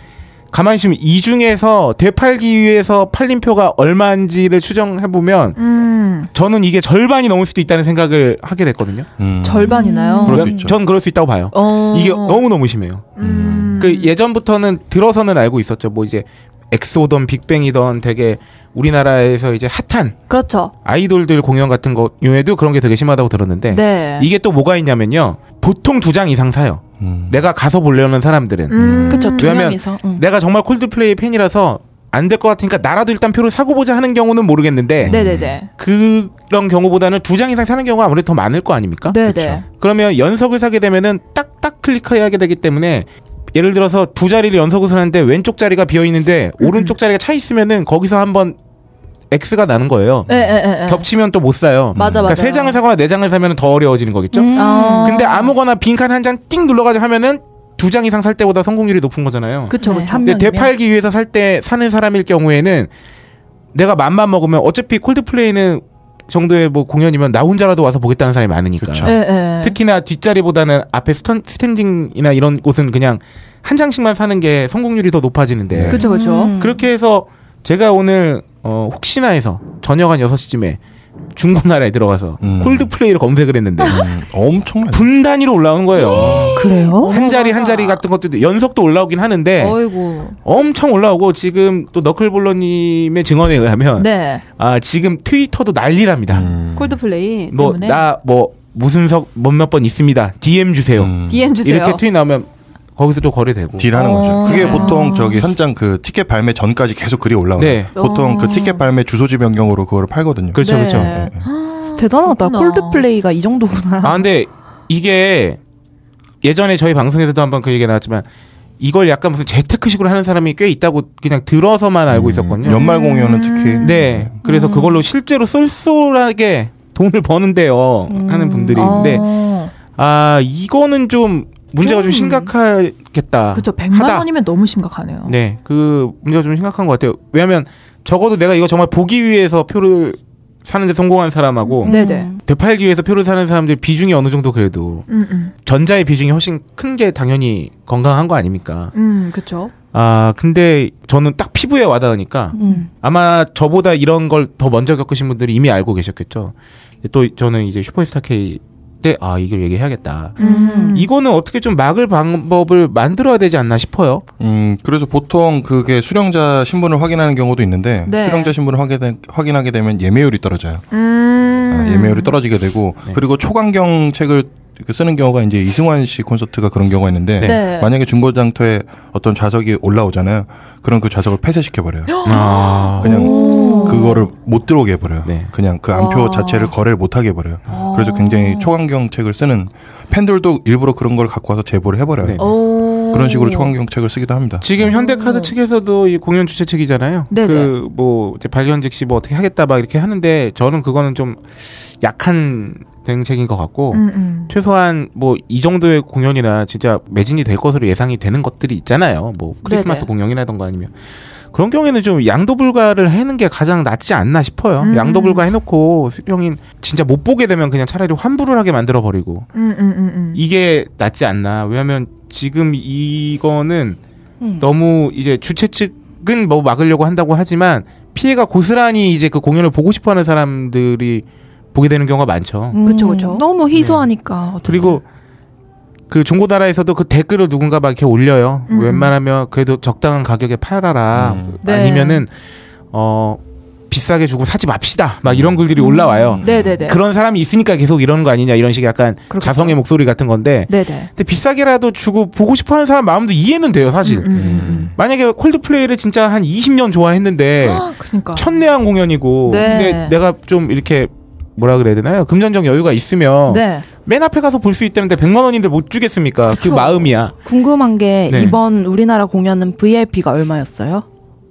가만히 있으면 이 중에서 되팔기 위해서 팔림표가 얼마인지를 추정해 보면 음, 저는 이게 절반이 넘을 수도 있다는 생각을 하게 됐거든요. 음. 절반이나요. 그럴 수 전- 있죠. 전 그럴 수 있다고 봐요. 어. 그렇죠. 이게 너무 너무 심해요. 음. 그 예전부터는 들어서는 알고 있었죠. 뭐 이제 엑소던 빅뱅이던 되게 우리나라에서 이제 핫한 그렇죠. 아이돌들 공연 같은 거 요에도 그런 게 되게 심하다고 들었는데 네. 이게 또 뭐가 있냐면요. 보통 두 장 이상 사요. 음. 내가 가서 보려는 사람들은 음. 그쵸 두 왜냐면 명이서 응. 내가 정말 콜드플레이 팬이라서 안 될 것 같으니까 나라도 일단 표를 사고 보자 하는 경우는 음. 모르겠는데 네네네. 그런 경우보다는 두 장 이상 사는 경우가 아무래도 더 많을 거 아닙니까? 네네. 그러면 연속을 사게 되면은 딱딱 클릭해야 하게 되기 때문에 예를 들어서 두 자리를 연속을 사는데 왼쪽 자리가 비어 있는데 음. 오른쪽 자리가 차 있으면은 거기서 한번 X가 나는 거예요. 에에에. 겹치면 또 못 사요. 네. 맞아 그러니까 맞아. 세 장을 사거나 네 장을 사면 더 어려워지는 거겠죠. 음. 아. 근데 아무거나 빈칸 한 장 띵 눌러가지고 하면은 두 장 이상 살 때보다 성공률이 높은 거잖아요. 그쵸 네, 그쵸. 한 근데 명이면. 되팔기 위해서 살 때 사는 사람일 경우에는 내가 맘만 먹으면 어차피 콜드플레이는 정도의 뭐 공연이면 나 혼자라도 와서 보겠다는 사람이 많으니까. 그쵸. 에에. 특히나 뒷자리보다는 앞에 스턴, 스탠딩이나 이런 곳은 그냥 한 장씩만 사는 게 성공률이 더 네. 높아지는데 그쵸 그쵸. 음. 그렇게 해서 제가 오늘 어, 혹시나 해서 저녁 한 6시쯤에 중고나라에 들어가서 음. 콜드플레이를 검색을 했는데 엄청난. 분 단위로 올라오는 거예요. 음. 그래요? 한 자리 한 자리 같은 것도 연속도 올라오긴 하는데 어이구. 엄청 올라오고 지금 또 너클볼러님의 증언에 의하면 네. 아 지금 트위터도 난리랍니다. 음. 콜드플레이 뭐 나 때문에 뭐 무슨 석 몇몇 번 있습니다. DM 주세요. 음. DM 주세요. 이렇게 트윗 나오면 거기서 또 거래되고. 딜하는 거죠. 어. 그게 보통 저기 현장 그 티켓 발매 전까지 계속 글이 올라와요. 네. 보통 그 티켓 발매 주소지 변경으로 그거를 팔거든요. 그렇죠, 어. 네. 그렇죠. 예, 예. 대단하다 그렇구나. 콜드플레이가 이 정도구나 아 근데 이게 예전에 저희 방송에서도 한번 그 얘기가 나왔지만 이걸 약간 무슨 재테크식으로 하는 사람이 꽤 있다고 그냥 들어서만 알고 있었거든요. 음. 연말 음. 공연은 특히 네, 그래서 그걸로 실제로 쏠쏠하게 돈을 버는데요 하는 분들이 있는데 음. 어. 아 이거는 좀 문제가 좀, 심각하겠다. 그쵸 100만 아, 하다. 원이면 뭐. 너무 심각하네요. 네, 그 문제가 좀 심각한 것 같아요. 왜냐하면 적어도 내가 이거 정말 보기 위해서 표를 사는데 성공한 사람하고 네네. 되팔기 위해서 표를 사는 사람들 비중이 어느 정도 그래도 음, 음, 전자의 비중이 훨씬 큰 게 당연히 건강한 거 아닙니까? 음, 그쵸. 아 근데 저는 딱 피부에 와닿으니까 음. 아마 저보다 이런 걸 더 먼저 겪으신 분들이 이미 알고 계셨겠죠. 또 저는 이제 슈퍼스타 K 때 아 이걸 얘기해야겠다. 음. 이거는 어떻게 좀 막을 방법을 만들어야 되지 않나 싶어요. 음 그래서 보통 그게 수령자 신분을 확인하는 경우도 있는데 네. 수령자 신분을 확인, 확인하게 되면 예매율이 떨어져요. 아, 음. 예매율이 떨어지게 되고 네. 그리고 초강경 책을 이렇게 쓰는 경우가 이제 이승환 씨 콘서트가 그런 경우가 있는데 네. 만약에 중고장터에 어떤 좌석이 올라오잖아요. 그럼 그 좌석을 폐쇄시켜 버려요. 아. 그냥 그거를 못 들어오게 해버려요. 네. 그냥 그 안표 자체를 거래를 못하게 해버려요. 아. 그래서 굉장히 초강경 책을 쓰는 팬들도 일부러 그런 걸 갖고 와서 제보를 해버려요. 네. 오. 그런 식으로 초강경 책을 쓰기도 합니다. 지금 현대카드 측에서도 이 공연 주최 측이잖아요. 네네. 그뭐 발견 즉시 뭐 어떻게 하겠다 막 이렇게 하는데 저는 그거는 좀 약한 대응책인 것 같고 음, 음. 최소한 뭐 이 정도의 공연이나 진짜 매진이 될 것으로 예상이 되는 것들이 있잖아요. 뭐 크리스마스 네네. 공연이라던가 아니면 그런 경우에는 좀 양도불가를 해는 게 가장 낫지 않나 싶어요. 음. 양도불가 해놓고 수령인 진짜 못 보게 되면 그냥 차라리 환불을 하게 만들어 버리고 음, 음, 음, 음. 이게 낫지 않나. 왜냐하면 지금 이거는 음. 너무 이제 주최 측은 뭐 막으려고 한다고 하지만 피해가 고스란히 이제 그 공연을 보고 싶어하는 사람들이 보게 되는 경우가 많죠. 그쵸, 그쵸. 음. 너무 네. 희소하니까 어쨌든. 그리고 그 중고나라에서도 그 댓글을 누군가 막 이렇게 올려요. 음. 웬만하면 그래도 적당한 가격에 팔아라. 음. 네. 아니면은 어 비싸게 주고 사지 맙시다. 막 이런 글들이 올라와요. 음. 네네네. 그런 사람이 있으니까 계속 이러는 거 아니냐 이런 식의 약간 그렇겠죠. 자성의 목소리 같은 건데 네네. 근데 비싸게라도 주고 보고 싶어하는 사람 마음도 이해는 돼요 사실 음, 음, 만약에 콜드플레이를 진짜 한 20년 네. 좋아했는데 음. 그러니까. 첫 내한 공연이고 네. 근데 내가 좀 이렇게 뭐라 그래야 되나요 금전적 여유가 있으면 네. 맨 앞에 가서 볼 수 있다는데 100만 원인데 못 주겠습니까? 그 그쵸. 마음이야. 궁금한 게 네. 이번 우리나라 공연은 VIP가 얼마였어요?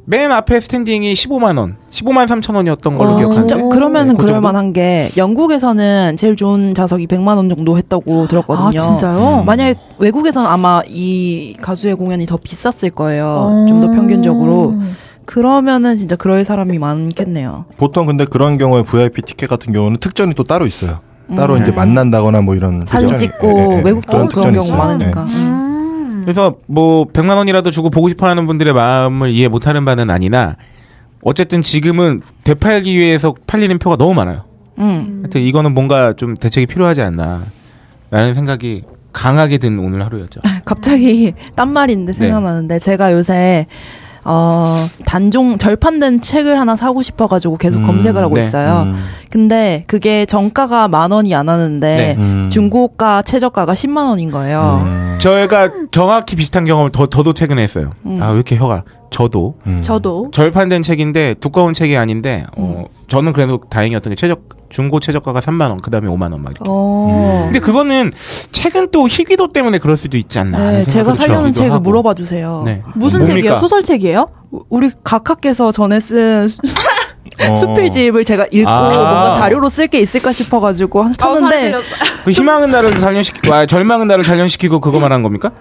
맨 앞에 스탠딩이 15만 원, 15만 3천 원이었던 걸로 어, 기억하는데. 아, 진짜 그러면은 네, 그 그럴 정도? 만한 게 영국에서는 제일 좋은 좌석이 100만 원 정도 했다고 들었거든요. 아, 진짜요? 음. 만약에 외국에서는 아마 이 가수의 공연이 더 비쌌을 거예요. 어. 좀 더 평균적으로. 음. 그러면은 진짜 그럴 사람이 많겠네요. 보통 근데 그런 경우에 VIP 티켓 같은 경우는 특전이 또 따로 있어요. 따로 이제 만난다거나 뭐 이런 음. 네. 사진 네, 특전- 찍고 예, 예, 예. 외국 가고 그런 특전이 경우 있어요. 음. 많으니까. 음. 그래서 뭐 100만 원이라도 주고 보고 싶어 하는 분들의 마음을 이해 못 하는 바는 아니나 어쨌든 지금은 되팔기 위해서 팔리는 표가 너무 많아요. 음. 하여튼 이거는 뭔가 좀 대책이 필요하지 않나라는 생각이 강하게 든 오늘 하루였죠. 갑자기 딴 말인데 네. 생각나는데 제가 요새 어 단종 절판된 책을 하나 사고 싶어가지고 계속 음, 검색을 하고 네. 있어요. 음. 근데 그게 정가가 만 원이 안 하는데 네. 음. 중고가 최저가가 10만 원인 거예요. 음. 저희가 정확히 비슷한 경험을 더, 저도 최근에 했어요. 음. 아, 왜 이렇게 혀가. 저도. 음. 어? 저도 절판된 책인데 두꺼운 책이 아니데 어, 음. 저는 그래도 다행이었던 게 최저 중고 최저가가 3만 원, 그다음에 5만 원막 이렇게. 어. 근데 그거는 책은 또 희귀도 때문에 그럴 수도 있지 않나. 하는 네, 생각도 제가 살려는 들기도 책을 아, 그렇죠. 하고. 물어봐 주세요. 네. 무슨 뭡니까? 책이에요? 소설책이에요? 우- 우리 각하께서 전에 쓴 수- 어. 수필집을 제가 읽고 아. 뭔가 자료로 쓸 게 있을까 싶어가지고 찾는데 그 희망은 나를 단련시키, 와, 절망은 나를 단련시키고 그거 말한 겁니까?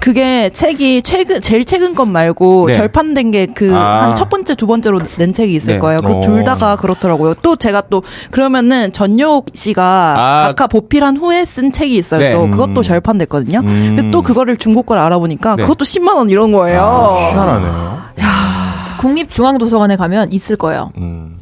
그게 책이 최근 제일 최근 건 말고 네. 절판된 게 그 한 아. 첫 번째 두 번째로 낸 책이 있을 네. 거예요. 그 어. 둘 다가 그렇더라고요. 또 제가 또 그러면은 전효옥 씨가 아. 각하 보필한 후에 쓴 책이 있어요. 네. 또 음. 그것도 절판됐거든요. 음. 근데 또 그거를 중고 거를 알아보니까 네. 아. 그것도 10만 원 이런 거예요. 어. 희한하네요. 아. 국립중앙도서관에 가면 있을 거예요. 음.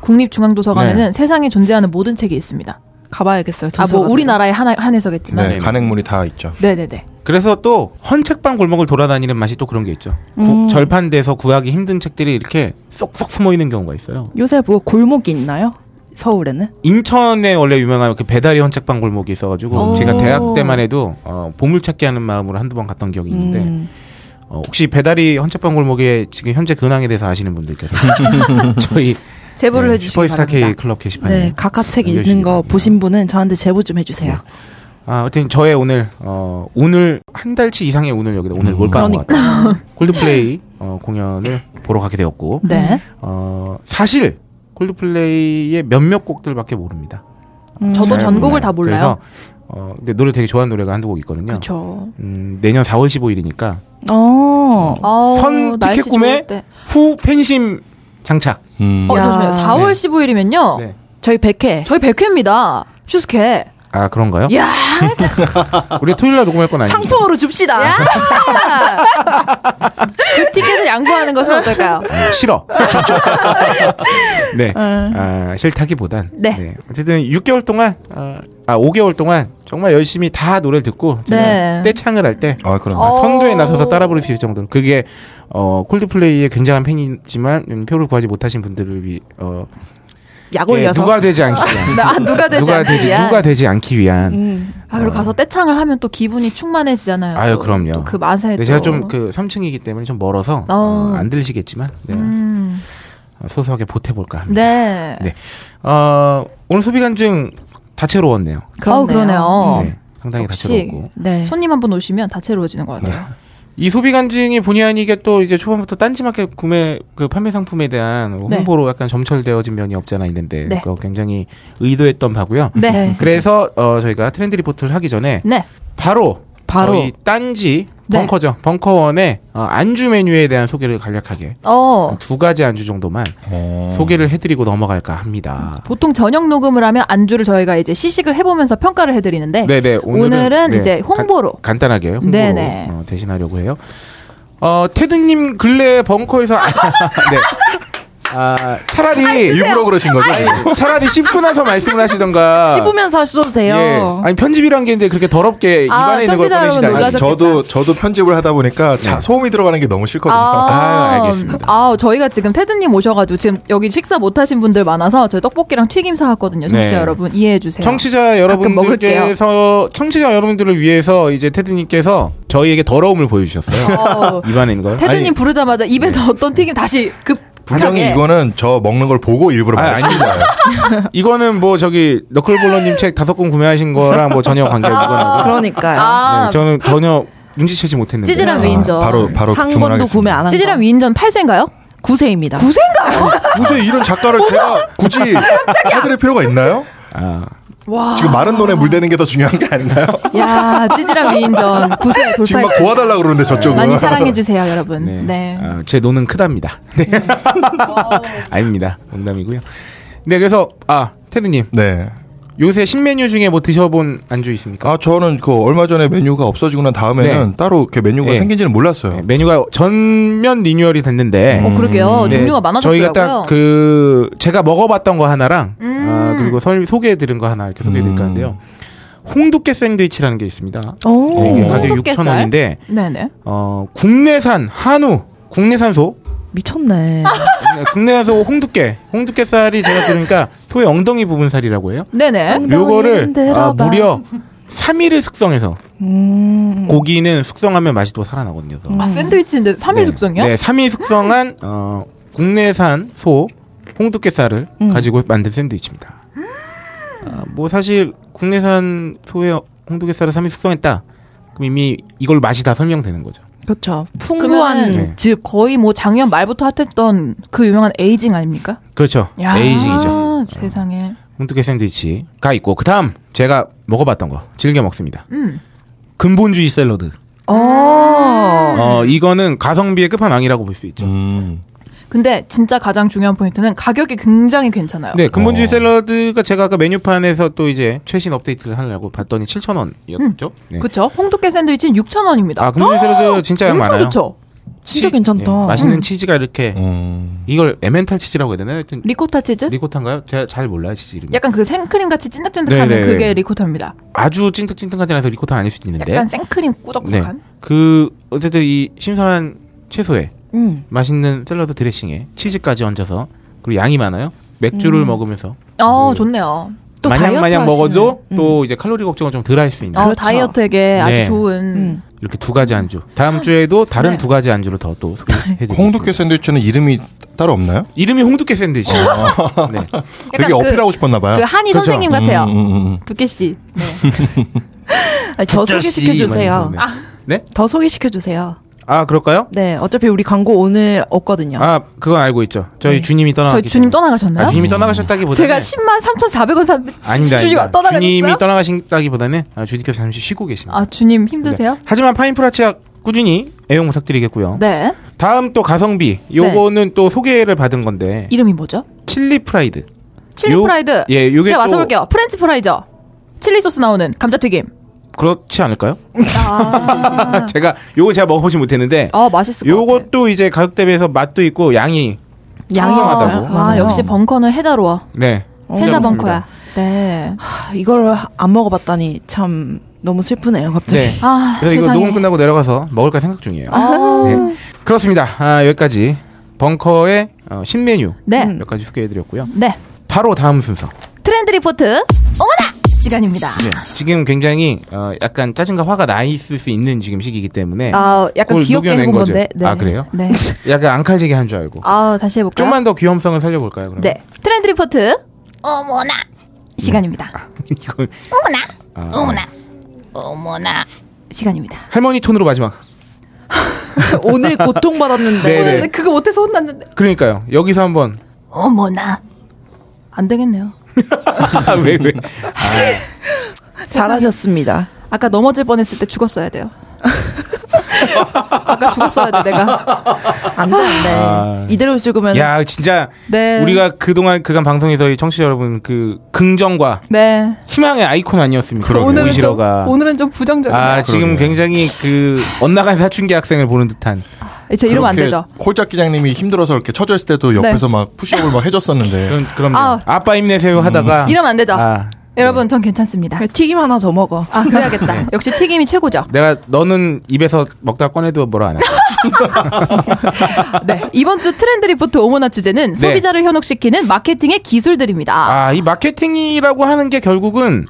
국립중앙도서관에는 네. 세상에 존재하는 모든 책이 있습니다. 가봐야겠어요. 아 뭐 도서관을. 우리나라에 하나, 한해서겠지만. 네, 네. 간행물이 다 있죠. 네. 네네 그래서 또 헌책방 골목을 돌아다니는 맛이 또 그런 게 있죠. 구- 음. 절판돼서 구하기 힘든 책들이 이렇게 쏙쏙 숨어 있는 경우가 있어요. 요새 뭐 골목이 있나요? 서울에는? 인천에 원래 유명한 그 배달의 헌책방 골목이 있어가지고 오. 제가 대학 때만 해도 어, 보물찾기 하는 마음으로 한두 번 갔던 기억이 있는데 음. 어, 혹시 배달이 헌책방 골목의 지금 현재 근황에 대해서 아시는 분들께서 저희 제보를 네, 해주시기 슈퍼스타 K 바랍니다. 클럽 게시판에 네, 각하 책 읽는 남겨주시기 거 바랍니다. 보신 분은 저한테 제보 좀 해주세요. 아, 어쨌든 저의 오늘 어, 오늘 한 달치 이상의 오늘 여기다 오늘 몰빵한 것 같아요. 콜드플레이 어, 공연을 보러 가게 되었고 네. 어, 사실 콜드플레이의 몇몇 곡들밖에 모릅니다. 음. 저도 잘 전곡을 몰라요. 다 몰라요. 그래서, 어, 근데 노래 되게 좋아하는 노래가 한두 곡 있거든요. 그렇죠. 음, 내년 4월 15일이니까 어. 예, 선 티켓 구매 후 팬심 장착. 음. 어, 야. 잠시만요. 4월 15일이면요. 네. 저희 100회. 저희 100회입니다. 슈스케. 아 그런가요? 야, 우리 토요일 날 녹음할 건 아니죠. 상품으로 줍시다. 그 티켓을 양보하는 것은 어떨까요? 아, 싫어. 네. 아, 싫다기보단. 어. 네. 어쨌든 6개월 동안, 아, 아, 5개월 동안 정말 열심히 다 노래를 듣고 제가 네. 떼창을 할 때 아, 그럼. 어. 선두에 나서서 따라 부를 수 있을 정도로 그게 어, 콜드플레이의 굉장한 팬이지만 음, 표를 구하지 못하신 분들을 위해 어, 약 예, 올려서. 누가 되지 않기 위한 아, 누가 되지 누가 않기 되지 위한. 누가 되지 않기 위한 음. 아, 그리고 가서 떼창을 하면 또 기분이 충만해지잖아요. 아유 또, 그럼요. 또그 맛에 네, 또. 제가 좀 그 3층이기 때문에 좀 멀어서 어. 어, 안 들리시겠지만 네. 음. 소소하게 보태볼까 합니다. 네. 네. 어, 오늘 소비 간증 다채로웠네요. 어, 그러네요. 네, 상당히 역시. 다채로웠고 네. 손님 한 분 오시면 다채로워지는 것 같아요. 이 소비 간증이 본의 아니게 또 이제 초반부터 딴지마켓 구매 그 판매 상품에 대한 네. 홍보로 약간 점철되어진 면이 없지 않아 있는데 네. 그거 굉장히 의도했던 바고요. 네. 네. 그래서 어, 저희가 트렌드 리포트를 하기 전에 네. 바로 바로. 저희 딴지 네. 벙커죠 벙커원의 어, 안주 메뉴에 대한 소개를 간략하게 어. 두 가지 안주 정도만 어. 소개를 해드리고 넘어갈까 합니다. 보통 저녁 녹음을 하면 안주를 저희가 이제 시식을 해보면서 평가를 해드리는데 네네 오늘은, 오늘은 네, 이제 홍보로. 간, 간단하게 홍보로 네네. 어, 대신하려고 해요. 어 테드님 근래 벙커에서 아, 네. 아 네. 차라리 일부러 그러신 거죠? 차라리 씹고 나서 말씀을 하시던가. 씹으면서 하셔도 돼요. 아. 예. 아니 편집이란 게 있는데 그렇게 더럽게 입안에 있는 걸 청취자 여러분 꺼내시다니. 아니, 아, 놀라셨겠다. 저도 저도 편집을 하다 보니까 자, 소음이 들어가는 게 너무 싫거든요. 아, 알겠습니다. 아, 저희가 지금 테드님 오셔가지고 지금 여기 식사 못하신 분들 많아서 저희 떡볶이랑 튀김 사왔거든요. 청취자 네. 여러분 이해해 주세요. 청취자 여러분들께서 청취자 여러분들을 위해서 이제 테드님께서 저희에게 더러움을 보여주셨어요. 어, 입안에 있는 걸. 테드님 부르자마자 입에 네. 넣었던 튀김 다시 급 분명히 예. 급하게. 이거는 저 먹는 걸 보고 일부러 아, 말하신 거예요. 이거는 뭐 저기 너클볼러님 책 다섯 권 구매하신 거랑 뭐 전혀 관계 아, 없거나. 그러니까요. 아, 네, 저는 전혀 눈치채지 못했는데. 찌질한 아, 위인전. 바로 바로 그 한 주문하겠습니다. 권도 구매 안 한. 찌질한 위인전 8세인가요? 9세입니다. 무슨 이런 작가를 제가 굳이 사드릴 필요가 있나요? 아, 지금 마른 돈에 물대는 게 더 중요한 게 아닌가요? 야, 찌질한 위인전 9세 지금 막 돌파했어요. 도와달라 그러는데 저쪽은 많이 사랑해 주세요, 여러분. 네. 네. 음. 아, 제 노는 크답니다. 네. 아닙니다. 농담이고요. 네, 그래서 아 테드님 네. 요새 신메뉴 중에 뭐 드셔본 안주 있습니까? 아 저는 그 얼마 전에 메뉴가 없어지고 난 다음에는 따로 이렇게 메뉴가 네. 생긴지는 몰랐어요. 네, 메뉴가 전면 리뉴얼이 됐는데 어, 그러게요. 네, 종류가 저희가 많아졌더라고요. 딱 그 제가 먹어봤던 거 하나랑 음. 아, 그리고 설 소개해드린 거 하나 이렇게 소개해드릴까 하는데요. 홍두깨 샌드위치라는 게 있습니다. 오. 네, 이게 가격 홍두깨살? 6천 원인데 네네. 어, 국내산 한우, 국내산 소, 미쳤네. 국내산 소 홍두깨, 홍두깨살이 제가 들으니까 소의 엉덩이 부분 살이라고 해요. 네네. 엉덩이 요거를 아, 흔들어봐. 무려 3일을 숙성해서 음. 고기는 숙성하면 맛이 또 살아나거든요. 그래서. 아 샌드위치인데 3일 음. 네. 숙성이요? 네, 3일 숙성한 어, 국내산 소 홍두깨살을 음. 가지고 만든 샌드위치입니다. 아, 뭐 사실 국내산 소의 홍두깨살을 3일 숙성했다. 그럼 이미 이걸 맛이 다 설명되는 거죠. 그렇죠. 그러면은 풍부한 네. 즉 거의 뭐 작년 말부터 핫했던 그 유명한 에이징 아닙니까? 그렇죠. 야, 에이징이죠. 세상에. 홍두깨 샌드위치가 있고 그다음 제가 먹어봤던 거 즐겨 먹습니다. 음. 근본주의 샐러드. 어. 어 네. 이거는 가성비의 끝판왕이라고 볼 수 있죠. 음. 근데 진짜 가장 중요한 포인트는 가격이 굉장히 괜찮아요. 네, 근본주의 어. 샐러드가 제가 아까 메뉴판에서 또 이제 최신 업데이트를 하려고 봤더니 7,000원이었죠. 네. 음. 그쵸? 홍두깨 샌드위치는 6,000원입니다. 아, 근본주의 샐러드 진짜 양 많아요. 그렇죠. 진짜 괜찮다. 예, 맛있는 치즈가 이렇게 음. 이걸 에멘탈 치즈라고 해야 되나요? 하여튼 리코타 치즈? 리코타인가요? 제가 잘 몰라요, 치즈 이름이. 약간 그 생크림 같이 찐득찐득하는 네네네. 네. 그게 리코타입니다. 아주 찐득찐득하지 않아서 리코타 는 아닐 수도 있는데. 약간 생크림 꾸덕꾸덕한. 그 어쨌든 이 신선한 채소에 음. 맛있는 샐러드 드레싱에 치즈까지 얹어서 그리고 양이 많아요. 음. 맥주를 먹으면서 어, 좋네요. 또 마냥 다이어트 마냥 하시는. 먹어도 또 이제 칼로리 걱정을 좀 덜 할 수 있는 음. 어, 그렇죠. 다이어트에게 네. 아주 좋은. 음. 이렇게 두 가지 안주. 다음 주에도 다른 네. 두 가지 안주를 더 또 소개해드릴게요. 홍두깨 샌드위치는 이름이 따로 없나요? 이름이 홍두깨 샌드위치. 어. 네. 되게 약간 그- 어필하고 싶었나 봐요. 그 한이 그렇죠. 선생님 같아요. 음, 음, 음. 두께 씨. 네. 아니, 저 소개시켜 주세요. 네. 네? 더 소개시켜 주세요. 아 그럴까요? 네, 어차피 우리 광고 오늘 없거든요. 아 그건 알고 있죠. 저희 주님이 떠나. 네. 저희 주님 떠나가셨나요? 아 주님이 떠나가셨다기보다는. 제가 10만 3,400원 샀는데 아닙니다. 주님 아닙니다. 떠나가셨어요? 주님이 떠나가신다기보다는 아, 주님께서 잠시 쉬고 계십니다. 아, 주님 힘드세요? 네. 하지만 파인프라 치약 꾸준히 애용 부탁드리겠고요. 네. 다음 또 가성비. 요거는 또 소개를 받은 건데 이름이 뭐죠? 칠리 프라이드. 칠리 요- 프라이드. 예, 요게 제가 또- 맞춰볼게요. 프렌치 프라이죠. 칠리 소스 나오는 감자튀김. 그렇지 않을까요? 아, 제가 요거 제가 먹어보지 못했는데 아 맛있을 것 같아. 요것도 이제 가격 대비해서 맛도 있고 양이 양이 상당하다고. 음. 많아요. 아, 많아요. 역시 벙커는 해자로워. 네. 해자 진짜 벙커야. 네. 아, 이걸 안 먹어봤다니 참 너무 슬프네요, 갑자기. 네. 아, 그래서 이거 세상에. 녹음 끝나고 내려가서 먹을까 생각 중이에요. 아, 어, 네. 그렇습니다. 아, 여기까지 벙커의 어, 신메뉴 네. 몇 가지 소개해드렸고요. 네. 바로 다음 순서. 트렌드 리포트. 어머나! 시간입니다. 네. 지금 굉장히 어, 약간 짜증과 화가 나 있을 수 있는 지금 시기이기 때문에 아, 약간 그걸 귀엽게 녹여낸 해본 거죠. 건데. 네. 아, 그래요? 네. 약간 앙칼지게 한 줄 알고 아, 다시 해볼까요? 좀만 더 귀염성을 살려볼까요? 그러면? 네. 트렌드 리포트. 어머나! 시간입니다. 음. 이걸 어머나, 아, 어머나, 어머나. 시간입니다. 할머니 톤으로 마지막. 오늘 고통받았는데. 네, 네. 오늘 그거 못해서 혼났는데. 그러니까요. 여기서 한번 어머나. 안 되겠네요. 아, 왜 왜? 잘하셨습니다. 아까 넘어질 뻔했을 때 죽었어야 돼요. 아까 죽었어야 돼 내가. 안 되는데. 아. 이대로 죽으면 야 진짜 네. 우리가 그동안 그간 방송에서 이 청취자 여러분 그 긍정과 네. 희망의 아이콘 아니었습니까? 오늘은 좀 오시러가. 오늘은 좀 부정적이에요. 아 지금 그러게요. 굉장히 그 엇나간 사춘기 학생을 보는 듯한 제그 이러면 안 되죠. 네. 홀짝 기장님이 힘들어서 이렇게 쳐졌을 때도 옆에서 막 푸시업을 막 해줬었는데. 그런 그럼요. 아. 음. 아, 빠 힘내세요 하다가 이러면 안 되죠. 아, 여러분 전 괜찮습니다. 튀김 하나 더 먹어. 아 그래야겠다. 네. 역시 튀김이 최고죠. 내가 너는 입에서 먹다 꺼내도 뭐라 안 해. 네. 이번 주 트렌드 리포트 오모나 주제는 네. 소비자를 현혹시키는 마케팅의 기술들입니다. 아이 마케팅이라고 하는 게 결국은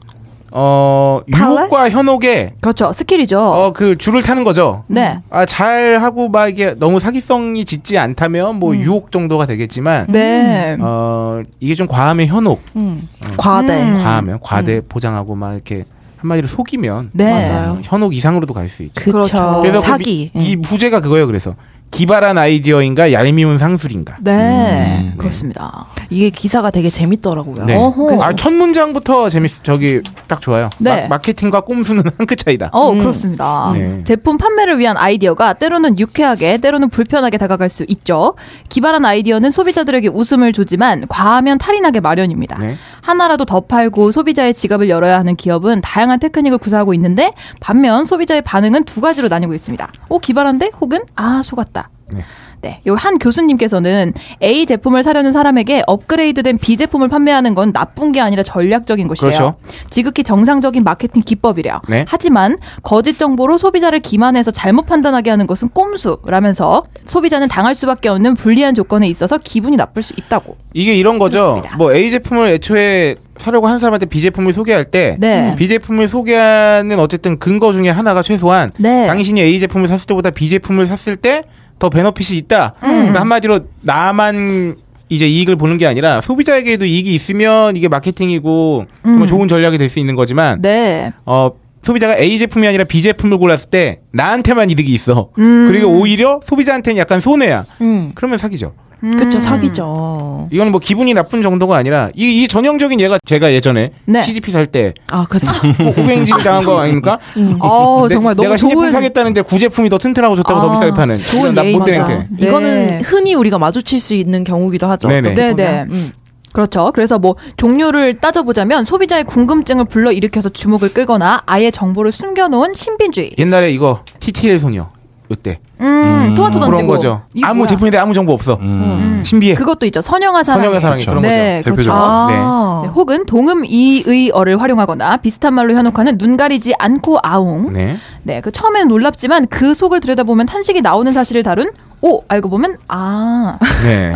어 유혹과 현혹의 그렇죠. 스킬이죠. 어 그 줄을 타는 거죠. 네. 아, 잘 하고 막 이게 너무 사기성이 짙지 않다면 뭐 유혹 정도가 되겠지만 네. 어 이게 좀 과하면 현혹, 음. 과대. 음. 과하면 과대 포장하고 막 이렇게 한마디로 속이면 네. 맞아요. 어, 현혹 이상으로도 갈 수 있죠. 그렇죠. 그래서 그 사기. 미- 이 부제가 그거예요. 그래서 기발한 아이디어인가 얄미운 상술인가. 네. 음. 그렇습니다. 이게 기사가 되게 재밌더라고요. 네. 어허. 아, 첫 문장부터 재밌 저기 딱 좋아요. 네. 마, 케팅과 꼼수는 한 끗 차이다. 어, 그렇습니다. 음. 네. 제품 판매를 위한 아이디어가 때로는 유쾌하게, 때로는 불편하게 다가갈 수 있죠. 기발한 아이디어는 소비자들에게 웃음을 주지만 과하면 탈이 나게 마련입니다. 네. 하나라도 더 팔고 소비자의 지갑을 열어야 하는 기업은 다양한 테크닉을 구사하고 있는데 반면 소비자의 반응은 두 가지로 나뉘고 있습니다. 오 기발한데 혹은 아 속았다. 네. 네, 요 한 교수님께서는 A 제품을 사려는 사람에게 업그레이드된 B 제품을 판매하는 건 나쁜 게 아니라 전략적인 것이에요. 그렇죠. 지극히 정상적인 마케팅 기법이래요. 네. 하지만 거짓 정보로 소비자를 기만해서 잘못 판단하게 하는 것은 꼼수라면서 소비자는 당할 수밖에 없는 불리한 조건에 있어서 기분이 나쁠 수 있다고. 이게 이런 거죠. 그렇습니다. 뭐 A 제품을 애초에 사려고 한 사람한테 B 제품을 소개할 때 네. B 제품을 소개하는 어쨌든 근거 중에 하나가 최소한 네. 당신이 A 제품을 샀을 때보다 B 제품을 샀을 때 더 베너핏이 있다. 음. 그러니까 한마디로 나만 이제 이익을 보는 게 아니라 소비자에게도 이익이 있으면 이게 마케팅이고 음. 정말 좋은 전략이 될 수 있는 거지만 네. 어 소비자가 A 제품이 아니라 B 제품을 골랐을 때 나한테만 이득이 있어. 음. 그리고 오히려 소비자한테는 약간 손해야. 음. 그러면 사기죠. 그쵸 사기죠. 이건 뭐 기분이 나쁜 정도가 아니라 이, 이 전형적인 얘가 제가 예전에 네. CDP 살 때뭐 아 그쵸. 음. 호갱진 당한 거 아닙니까? 어, 내- 정말 너무 내가 CDP 좋은 사겠다는데 구제품이 더 튼튼하고 좋다고 더 아, 비싸게 파는 좋은 이런 나쁜 예의, 땡땡. 맞아. 네. 이거는 흔히 우리가 마주칠 수 있는 경우기도 하죠. 네네. 어떻게 보면. 네네. 음. 그렇죠. 그래서 뭐 종류를 따져보자면 소비자의 궁금증을 불러일으켜서 주목을 끌거나 아예 정보를 숨겨놓은 신빈주의. 옛날에 이거 TTL 소녀 이때 음, 토마토 그런 던지고. 거죠. 이거 아무 뭐야? 제품인데 아무 정보 없어. 음. 신비해. 그것도 있죠. 선영아 사랑. 선영의 사랑이 그렇죠. 그런 네, 거죠. 그렇죠. 대표적으로. 아. 어. 네, 혹은 동음 이의 어를 활용하거나 비슷한 말로 현혹하는 눈 가리지 않고 거죠. 아웅. 네. 네, 그 처음엔 놀랍지만 그 속을 들여다보면 탄식이 나오는 사실을 다룬 오 알고 보면 아 네.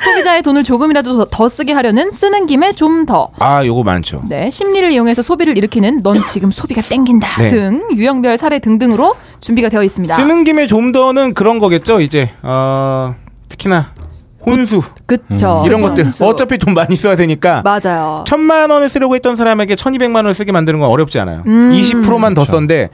소비자의 돈을 조금이라도 더, 더 쓰게 하려는 쓰는 김에 좀 더. 아, 요거 많죠. 네, 심리를 이용해서 소비를 일으키는 넌 지금 소비가 땡긴다 네. 등 유형별 사례 등등으로 준비가 되어 있습니다. 쓰는 김에 좀 더는 그런 거겠죠. 이제 어, 특히나 혼수 그쵸. 음, 이런 그쵸. 것들 어차피 돈 많이 써야 되니까 맞아요. 천만 원을 쓰려고 했던 사람에게 천이백만 원을 쓰게 만드는 건 어렵지 않아요. 음. 20%만 더 썼는데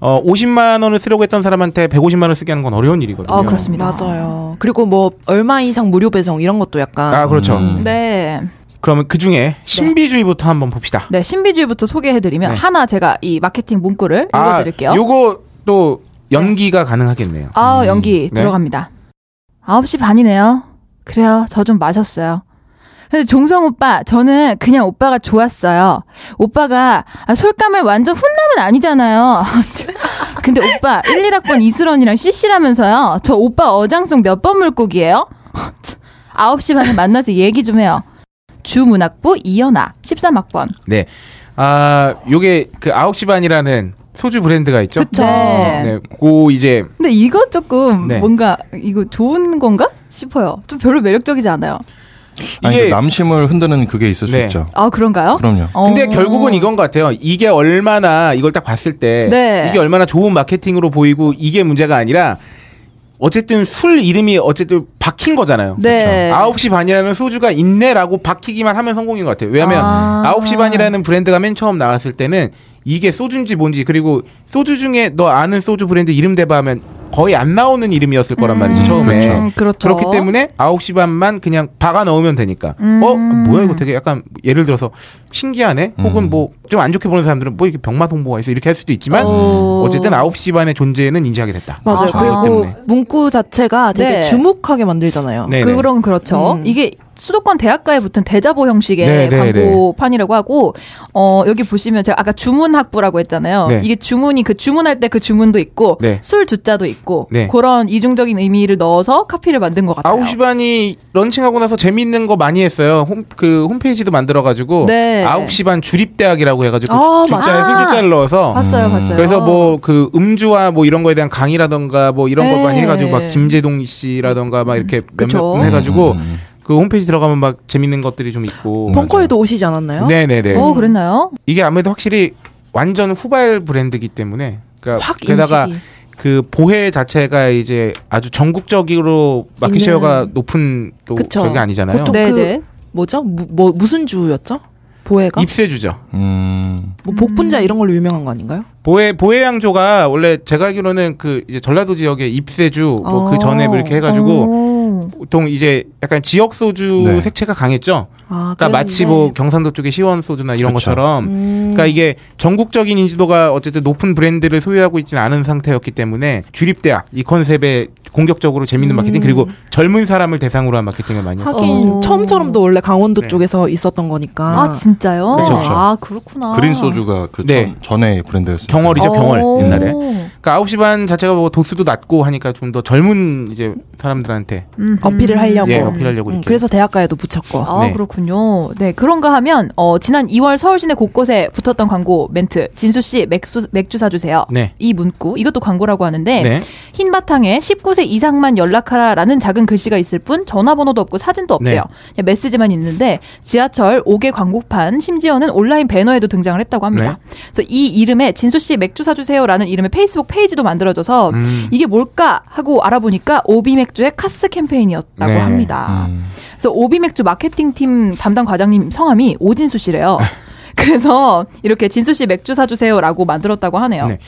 어, 50만 원을 쓰려고 했던 사람한테 150만 원을 쓰게 하는 건 어려운 일이거든요. 어 그렇습니다. 맞아요. 그리고 뭐 얼마 이상 무료 배송 이런 것도 약간 아 그렇죠. 음. 네. 그러면 그 중에 신비주의부터 한번 봅시다. 네, 신비주의부터 소개해드리면 네. 하나 제가 네, 이 마케팅 문구를 읽어드릴게요. 아, 요거 또 연기가 가능하겠네요. 아, 연기 네. 들어갑니다. 9시 반이네요. 그래요. 저 좀 마셨어요. 근데 종성 오빠, 저는 그냥 오빠가 좋았어요. 오빠가 아, 솔감을 완전 훈남은 아니잖아요. 근데 오빠 1, 1학번 이슬언이랑 CC라면서요. 저 오빠 어장송 몇 번 물고기예요? 9시 반에 만나서 얘기 좀 해요. 주문학부 이연아 13학번. 네. 아 요게 그 아홉 시 반이라는 소주 브랜드가 있죠. 그쵸. 네. 네. 고 이제 근데 이거 조금 네. 뭔가 이거 좋은 건가 싶어요. 좀 별로 매력적이지 않아요. 아니, 이게- 근데 남심을 흔드는 그게 있을 수 네. 있죠. 아 그런가요? 그럼요. 근데 어. 결국은 이건 것 같아요. 이게 얼마나 이걸 딱 봤을 때 네. 이게 얼마나 좋은 마케팅으로 보이고 이게 문제가 아니라 어쨌든 술 이름이 어쨌든 박힌 거잖아요. 네. 9시 반이라는 소주가 있네라고 박히기만 하면 성공인 것 같아요. 왜냐하면 아. 아... 9시 반이라는 브랜드가 맨 처음 나왔을 때는 이게 소주인지 뭔지 그리고 소주 중에 너 아는 소주 브랜드 이름 대봐하면 거의 안 나오는 이름이었을 거란 말이죠 처음에. 그렇죠. 음, 그렇죠. 그렇기 때문에 9시 반만 그냥 박아 넣으면 되니까. 어, 뭐야, 이거 되게 약간 예를 들어서 신기하네? 혹은 뭐 좀 안 좋게 보는 사람들은 뭐 이렇게 병맛 홍보가 있어 이렇게 할 수도 있지만 오. 어쨌든 9시 반의 존재는 인지하게 됐다. 맞아요. 그렇기 그리고 때문에. 문구 자체가 되게 네. 주목하게 만들잖아요. 네. 네네. 그런 그렇죠. 음. 이게 수도권 대학가에 붙은 대자보 형식의 네네네. 광고판이라고 하고 어 여기 보시면 제가 아까 주문 학부라고 했잖아요. 네. 이게 주문이 그 주문할 때 그 주문도 있고 네. 술 주자도 있고 네. 그런 이중적인 의미를 넣어서 카피를 만든 것 같아요. 9시 반이 런칭하고 나서 재밌는 거 많이 했어요. 홈, 그 홈페이지도 만들어가지고 네. 9시 반 주립대학이라고 해가지고 아, 주- 주자에 맞아. 술주자를 넣어서 봤어요, 봤어요. 그래서 뭐 그 음주와 뭐 이런 거에 대한 강의라던가 뭐 이런 거 네. 많이 해가지고 막 김재동 씨라던가 막 이렇게 음, 몇몇 그쵸. 분 해가지고 그 홈페이지 들어가면 막 재밌는 것들이 좀 있고 음, 벙커에도 오시지 않았나요? 네네네 어 그랬나요? 이게 아무래도 확실히 완전 후발 브랜드기 때문에 그러니까 확 게다가 인식이. 그 보혜 자체가 이제 아주 전국적으로 마켓쉐어가 높은 또 그쵸. 그게 아니잖아요 보통 네, 그 네. 뭐죠? 무, 뭐 무슨 주였죠? 보혜가? 입세주죠 음. 뭐 복분자 이런 걸로 유명한 거 아닌가요? 보혜 보혜 양조가 원래 제가 알기로는 그 이제 전라도 지역의 입세주 뭐 그 어. 전에 뭐 이렇게 해가지고 오. 보통 이제 약간 지역 소주 네. 색채가 강했죠. 아, 그러니까 마치 뭐 그랬는데. 경상도 쪽의 시원 소주나 이런 그쵸. 것처럼. 그러니까 이게 전국적인 인지도가 어쨌든 높은 브랜드를 소유하고 있지는 않은 상태였기 때문에 주립대학 이 컨셉의 공격적으로 재밌는 마케팅 그리고 젊은 사람을 대상으로 한 마케팅을 많이 했어요. 하긴 어. 처음처럼도 원래 강원도 네. 쪽에서 있었던 거니까. 아 진짜요? 그렇죠. 아 그렇구나. 그린 소주가 그 네. 처음- 전에 브랜드였어요. 경월이죠, 경월 오. 옛날에. 그러니까 9시 반 자체가 뭐 도수도 낮고 하니까 좀 더 젊은 이제 사람들한테 음, 어필을 하려고. 예, 어필하려고 이렇게. 그래서 대학가에도 붙였고. 아 네. 그렇군요. 네 그런가 하면 어, 지난 2월 서울 시내 곳곳에 붙었던 광고 멘트 진수 씨 맥주 맥주 사주세요. 네. 이 문구 이것도 광고라고 하는데 네. 흰 바탕에 19세 이상만 연락하라라는 작은 글씨가 있을 뿐 전화번호도 없고 사진도 네. 없대요. 그냥 메시지만 있는데 지하철 5개 광고판 심지어는 온라인 배너에도 등장을 했다고 합니다. 네. 그래서 이 이름에 진수 씨 맥주 사주세요라는 이름의 페이스북 페이지도 만들어져서 음. 이게 뭘까 하고 알아보니까 오비 맥주의 카스 캠페인이었다고 네. 합니다. 음. 그래서 오비 맥주 마케팅 팀 담당 과장님 성함이 오진수 씨래요. 네. 그래서 이렇게 진수 씨 맥주 사주세요라고 만들었다고 하네요. 네.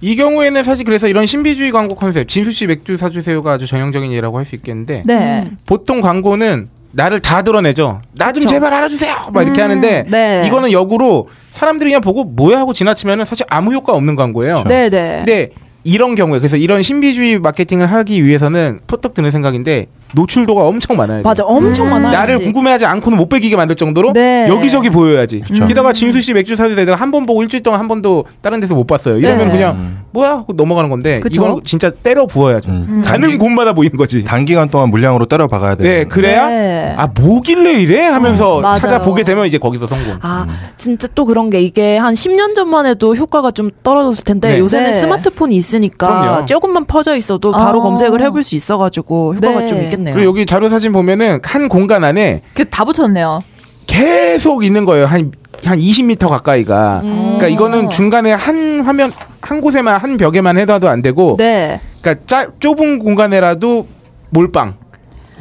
이 경우에는 사실 그래서 이런 신비주의 광고 컨셉 진수 씨 맥주 사주세요가 아주 전형적인 예라고 할 수 있겠는데 네. 보통 광고는 나를 다 드러내죠. 나 좀 제발 알아주세요. 막 이렇게 하는데 네. 이거는 역으로 사람들이 그냥 보고 뭐야 하고 지나치면은 사실 아무 효과 없는 광고예요. 네네. 근데 이런 경우에 그래서 이런 신비주의 마케팅을 하기 위해서는 포떡 드는 생각인데 노출도가 엄청 많아야 돼. 맞아, 엄청 음. 많아. 나를 궁금해하지 않고는 못 빼기게 만들 정도로 네. 여기저기 보여야지. 음. 게다가 진수 씨 맥주 사주세요. 내가 한 번 보고 일주일 동안 한 번도 다른 데서 못 봤어요. 이러면 네. 그냥 뭐야 하고 넘어가는 건데 그쵸? 이건 진짜 때려 부어야죠. 음. 가는 곳마다 보이는 거지. 단기간 동안 물량으로 때려 박아야 돼요. 예. 네, 그래야 네. 아 뭐길래 이래 하면서 어, 맞아요. 찾아보게 되면 이제 거기서 성공. 아, 진짜 또 그런 게 이게 한 10년 전만 해도 효과가 좀 떨어졌을 텐데 네. 요새는 네. 스마트폰이 있으니까 그럼요. 조금만 퍼져 있어도 바로 아. 검색을 해볼 수 있어가지고 효과가 네. 좀 있겠네요. 그리고 여기 자료 사진 보면은 한 공간 안에 그 다 붙였네요. 계속 있는 거예요. 한, 한 20m 가까이가. 그러니까 이거는 중간에 한 화면, 한 곳에만, 한 벽에만 해도 안 되고. 네. 그러니까 짜, 좁은 공간에라도 몰빵.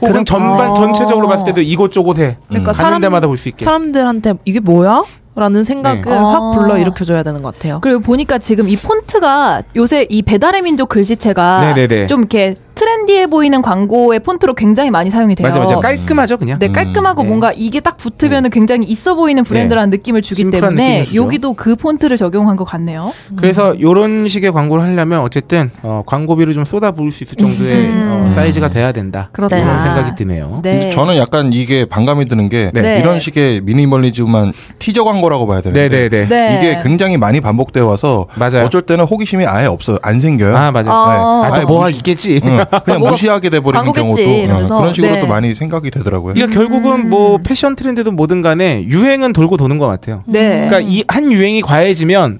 혹은 그럼- 전반, 아. 전체적으로 봤을 때도 이곳저곳에. 그러니까 가는 데마다 볼 수 있게. 사람들한테 이게 뭐야? 라는 생각을 네. 확 아. 불러 일으켜줘야 되는 것 같아요. 그리고 보니까 지금 이 폰트가 요새 이 배달의 민족 글씨체가 네네네. 좀 이렇게 트렌디해 보이는 광고의 폰트로 굉장히 많이 사용이 돼요. 맞아, 맞아. 깔끔하죠, 그냥. 네, 깔끔하고 네. 뭔가 이게 딱 붙으면 은 굉장히 있어 보이는 브랜드라는 느낌을 주기 심플한 때문에 느낌을 주죠. 여기도 그 폰트를 적용한 것 같네요. 그래서 요런 식의 광고를 하려면 어쨌든 어, 광고비를 좀 쏟아부을 수 있을 정도의 어, 사이즈가 돼야 된다. 그렇다. 그런 생각이 드네요. 네. 음, 저는 약간 이게 반감이 드는 게 네. 이런 식의 미니멀리즘만 티저 광고라고 봐야 되는데 네네네. 네. 이게 굉장히 많이 반복돼 와서 맞아요. 어쩔 때는 호기심이 아예 없어요. 안 생겨요. 아, 맞아. 어. 네. 아, 아예 또 뭐가 무시- 있겠지. 응, 그냥 뭐가 무시하게 돼버리는 광고겠지, 경우도 이러면서. 그런 식으로 네. 또 많이 생각이 되더라고요. 그러니까 결국은 뭐 패션 트렌드든 뭐든 간에 유행은 돌고 도는 것 같아요. 네. 그러니까 이 한 유행이 과해지면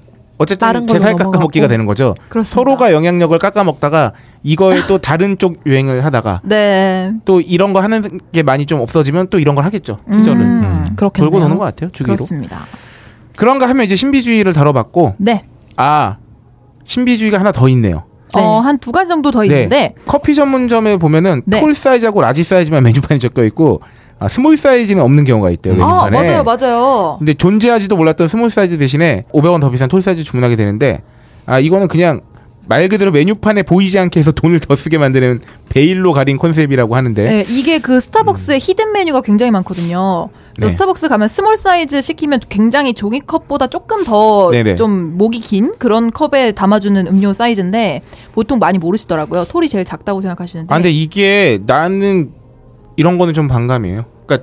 다른 어쨌든 걸로 제살 깎아먹기가 넘어가고. 되는 거죠. 그렇습니다. 서로가 영향력을 깎아먹다가 이거에 또 다른 쪽 유행을 하다가 네. 또 이런 거 하는 게 많이 좀 없어지면 또 이런 걸 하겠죠. 티저를 음, 그렇겠네요. 돌고 도는 것 같아요. 주기로. 그렇습니다. 그런가 하면 이제 신비주의를 다뤄봤고 네. 아 신비주의가 하나 더 있네요. 네. 네. 어, 한 두 가지 정도 더 있는데 커피 전문점에 보면은 네. 톨 사이즈하고 라지 사이즈만 메뉴판에 적혀 있고 아, 스몰 사이즈는 없는 경우가 있대요. 아, 메뉴판에. 맞아요. 맞아요. 근데 존재하지도 몰랐던 스몰 사이즈 대신에 500원 더 비싼 톨 사이즈 주문하게 되는데 아 이거는 그냥 말 그대로 메뉴판에 보이지 않게 해서 돈을 더 쓰게 만드는 베일로 가린 컨셉이라고 하는데 네, 이게 그 스타벅스의 히든 메뉴가 굉장히 많거든요. 음. 그래서 네. 스타벅스 가면 스몰 사이즈 시키면 굉장히 종이컵보다 조금 더 네네. 좀 목이 긴 그런 컵에 담아주는 음료 사이즈인데 보통 많이 모르시더라고요. 톨이 제일 작다고 생각하시는데. 아 근데 이게 나는 이런 거는 좀 반감이에요. 그러니까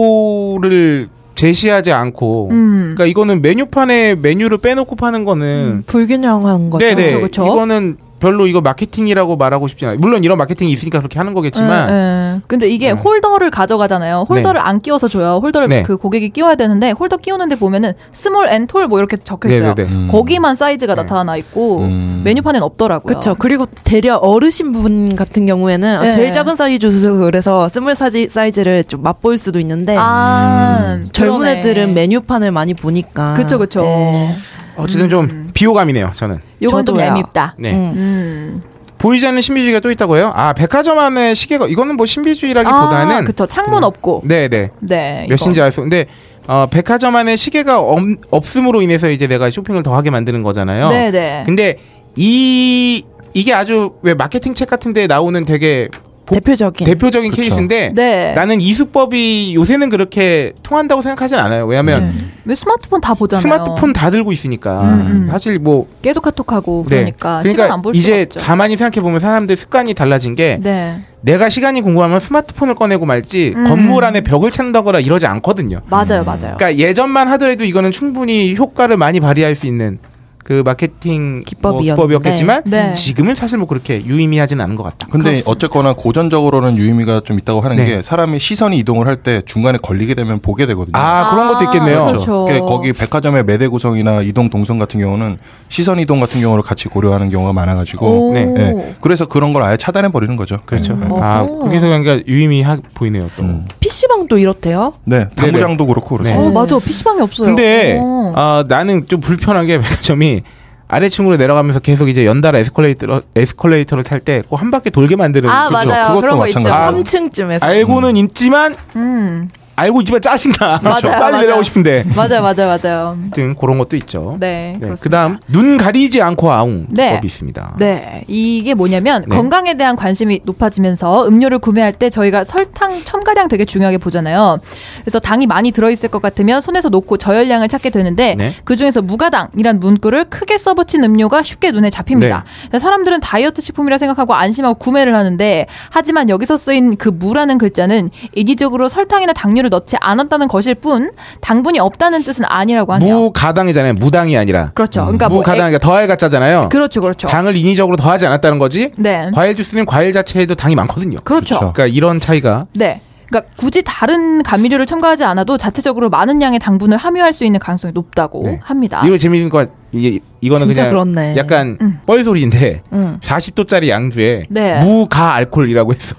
정보를 제시하지 않고 음. 그러니까 이거는 메뉴판에 메뉴를 빼놓고 파는 거는 불균형한 거죠. 네네 그쵸, 그쵸. 이거는 별로 이거 마케팅이라고 말하고 싶지 않아요. 물론 이런 마케팅이 있으니까 그렇게 하는 거겠지만 예, 예. 근데 이게 음. 홀더를 가져가잖아요. 홀더를 안 끼워서 줘요. 홀더를 네. 그 고객이 끼워야 되는데 홀더 끼우는데 보면은 스몰 앤 톨 뭐 이렇게 적혀 있어요. 네네네. 음. 거기만 사이즈가 나타나 있고 음. 메뉴판엔 없더라고요. 그렇죠. 그리고 대려 어르신 분 같은 경우에는 네. 제일 작은 사이즈 주세요. 그래서 스몰 사이즈, 사이즈를 좀 맛볼 수도 있는데 아, 네. 음. 젊은 그러네. 아, 애들은 메뉴판을 많이 보니까 그쵸, 그쵸. 네. 어쨌든 좀 비호감이네요. 저는 요건 좀 저도요. 얄밉다. 네. 음. 음. 보이지 않는 신비주의가 또 있다고 해요. 아 백화점 안에 시계가 이거는 뭐 신비주의라기보다는 아, 음. 그쵸 창문 없고 네네 네 몇인지 알 수. 근데 어, 백화점 안에 시계가 없, 없음으로 인해서 이제 내가 쇼핑을 더 하게 만드는 거잖아요. 네네 근데 이 이게 아주 왜 마케팅 책 같은 데 나오는 되게 대표적인. 대표적인 그쵸. 케이스인데 네. 나는 이 수법이 요새는 그렇게 통한다고 생각하진 않아요. 왜냐하면 음. 왜 스마트폰 다 보잖아요. 스마트폰 다들 고 있으니까 네. 음, 음. 사실 뭐 계속 카톡하고 네. 그러니까 시간 안 볼 수가 이제 없죠. 가만히 생각해 보면 사람들 습관이 달라진 게 네. 내가 시간이 궁금하면 스마트폰을 꺼내고 말지 음. 건물 안에 벽을 찾는다거나 이러지 않거든요. 맞아요, 맞아요. 그러니까 예전만 하더라도 이거는 충분히 효과를 많이 발휘할 수 있는 그 마케팅 뭐 기법이었- 기법이었겠지만 네. 네. 지금은 사실 뭐 그렇게 유의미하진 않은 것 같다. 근데 그렇습니다. 어쨌거나 고전적으로는 유의미가 좀 있다고 하는 네. 게 사람이 시선이 이동을 할 때 중간에 걸리게 되면 보게 되거든요. 아, 그런 것도 있겠네요. 그렇죠. 그러니까 거기 백화점의 매대 구성이나 이동 동선 같은 경우는 시선 이동 같은 경우를 같이 고려하는 경우가 많아가지고 오. 네. 예. 그래서 그런 걸 아예 차단해 버리는 거죠. 그렇죠. 네. 아 어허. 그렇게 생각하니까 유의미하 보이네요. 또. 음. PC방도 이렇대요. 네, 당구장도 그렇고 네. 어, 그렇죠. 맞아. PC방이 없어요. 근데 어. 아, 나는 좀 불편한 게 백화점이 아래층으로 내려가면서 계속 이제 연달아 에스컬레이터 에스컬레이터를 탈 때 꼭 한 바퀴 돌게 만드는 아, 그렇죠. 맞아요. 그것도 그런 거 있죠. 마찬가지고. 삼- 3층쯤에서. 알고는 있지만 음. 알고 있지만 짜증나. 그렇죠. 맞아요, 빨리 맞아요. 내려가고 싶은데. 맞아요, 맞아요, 맞아요. 하여튼 그런 것도 있죠. 네, 그렇습니다. 그다음 눈 가리지 않고 아웅 네. 법이 있습니다. 네. 이게 뭐냐면 네. 건강에 대한 관심이 높아지면서 음료를 구매할 때 저희가 설탕 첨가량 되게 중요하게 보잖아요. 그래서 당이 많이 들어있을 것 같으면 손에서 놓고 저열량을 찾게 되는데 네. 그 중에서 무가당이란 문구를 크게 써붙인 음료가 쉽게 눈에 잡힙니다. 네. 사람들은 다이어트 식품이라 생각하고 안심하고 구매를 하는데 하지만 여기서 쓰인 그 무라는 글자는 인위적으로 설탕이나 당류를 넣지 않았다는 것일 뿐 당분이 없다는 뜻은 아니라고 하네요. 무가당이잖아요. 무당이 아니라. 그렇죠. 그러니까 뭐 무가당이니까 더할 가짜잖아요. 그렇죠, 그렇죠. 당을 인위적으로 더하지 않았다는 거지. 네. 과일 주스는 과일 자체에도 당이 많거든요. 그렇죠. 그렇죠. 그러니까 이런 차이가 네. 그러니까 굳이 다른 감미료를 첨가하지 않아도 자체적으로 많은 양의 당분을 함유할 수 있는 가능성이 높다고 네. 합니다. 이거 재밌는 거 이게 이거는 진짜 그냥 그렇네. 약간 음. 뻘소리인데 응. 40도짜리 양주에 네. 무가 알콜이라고 해서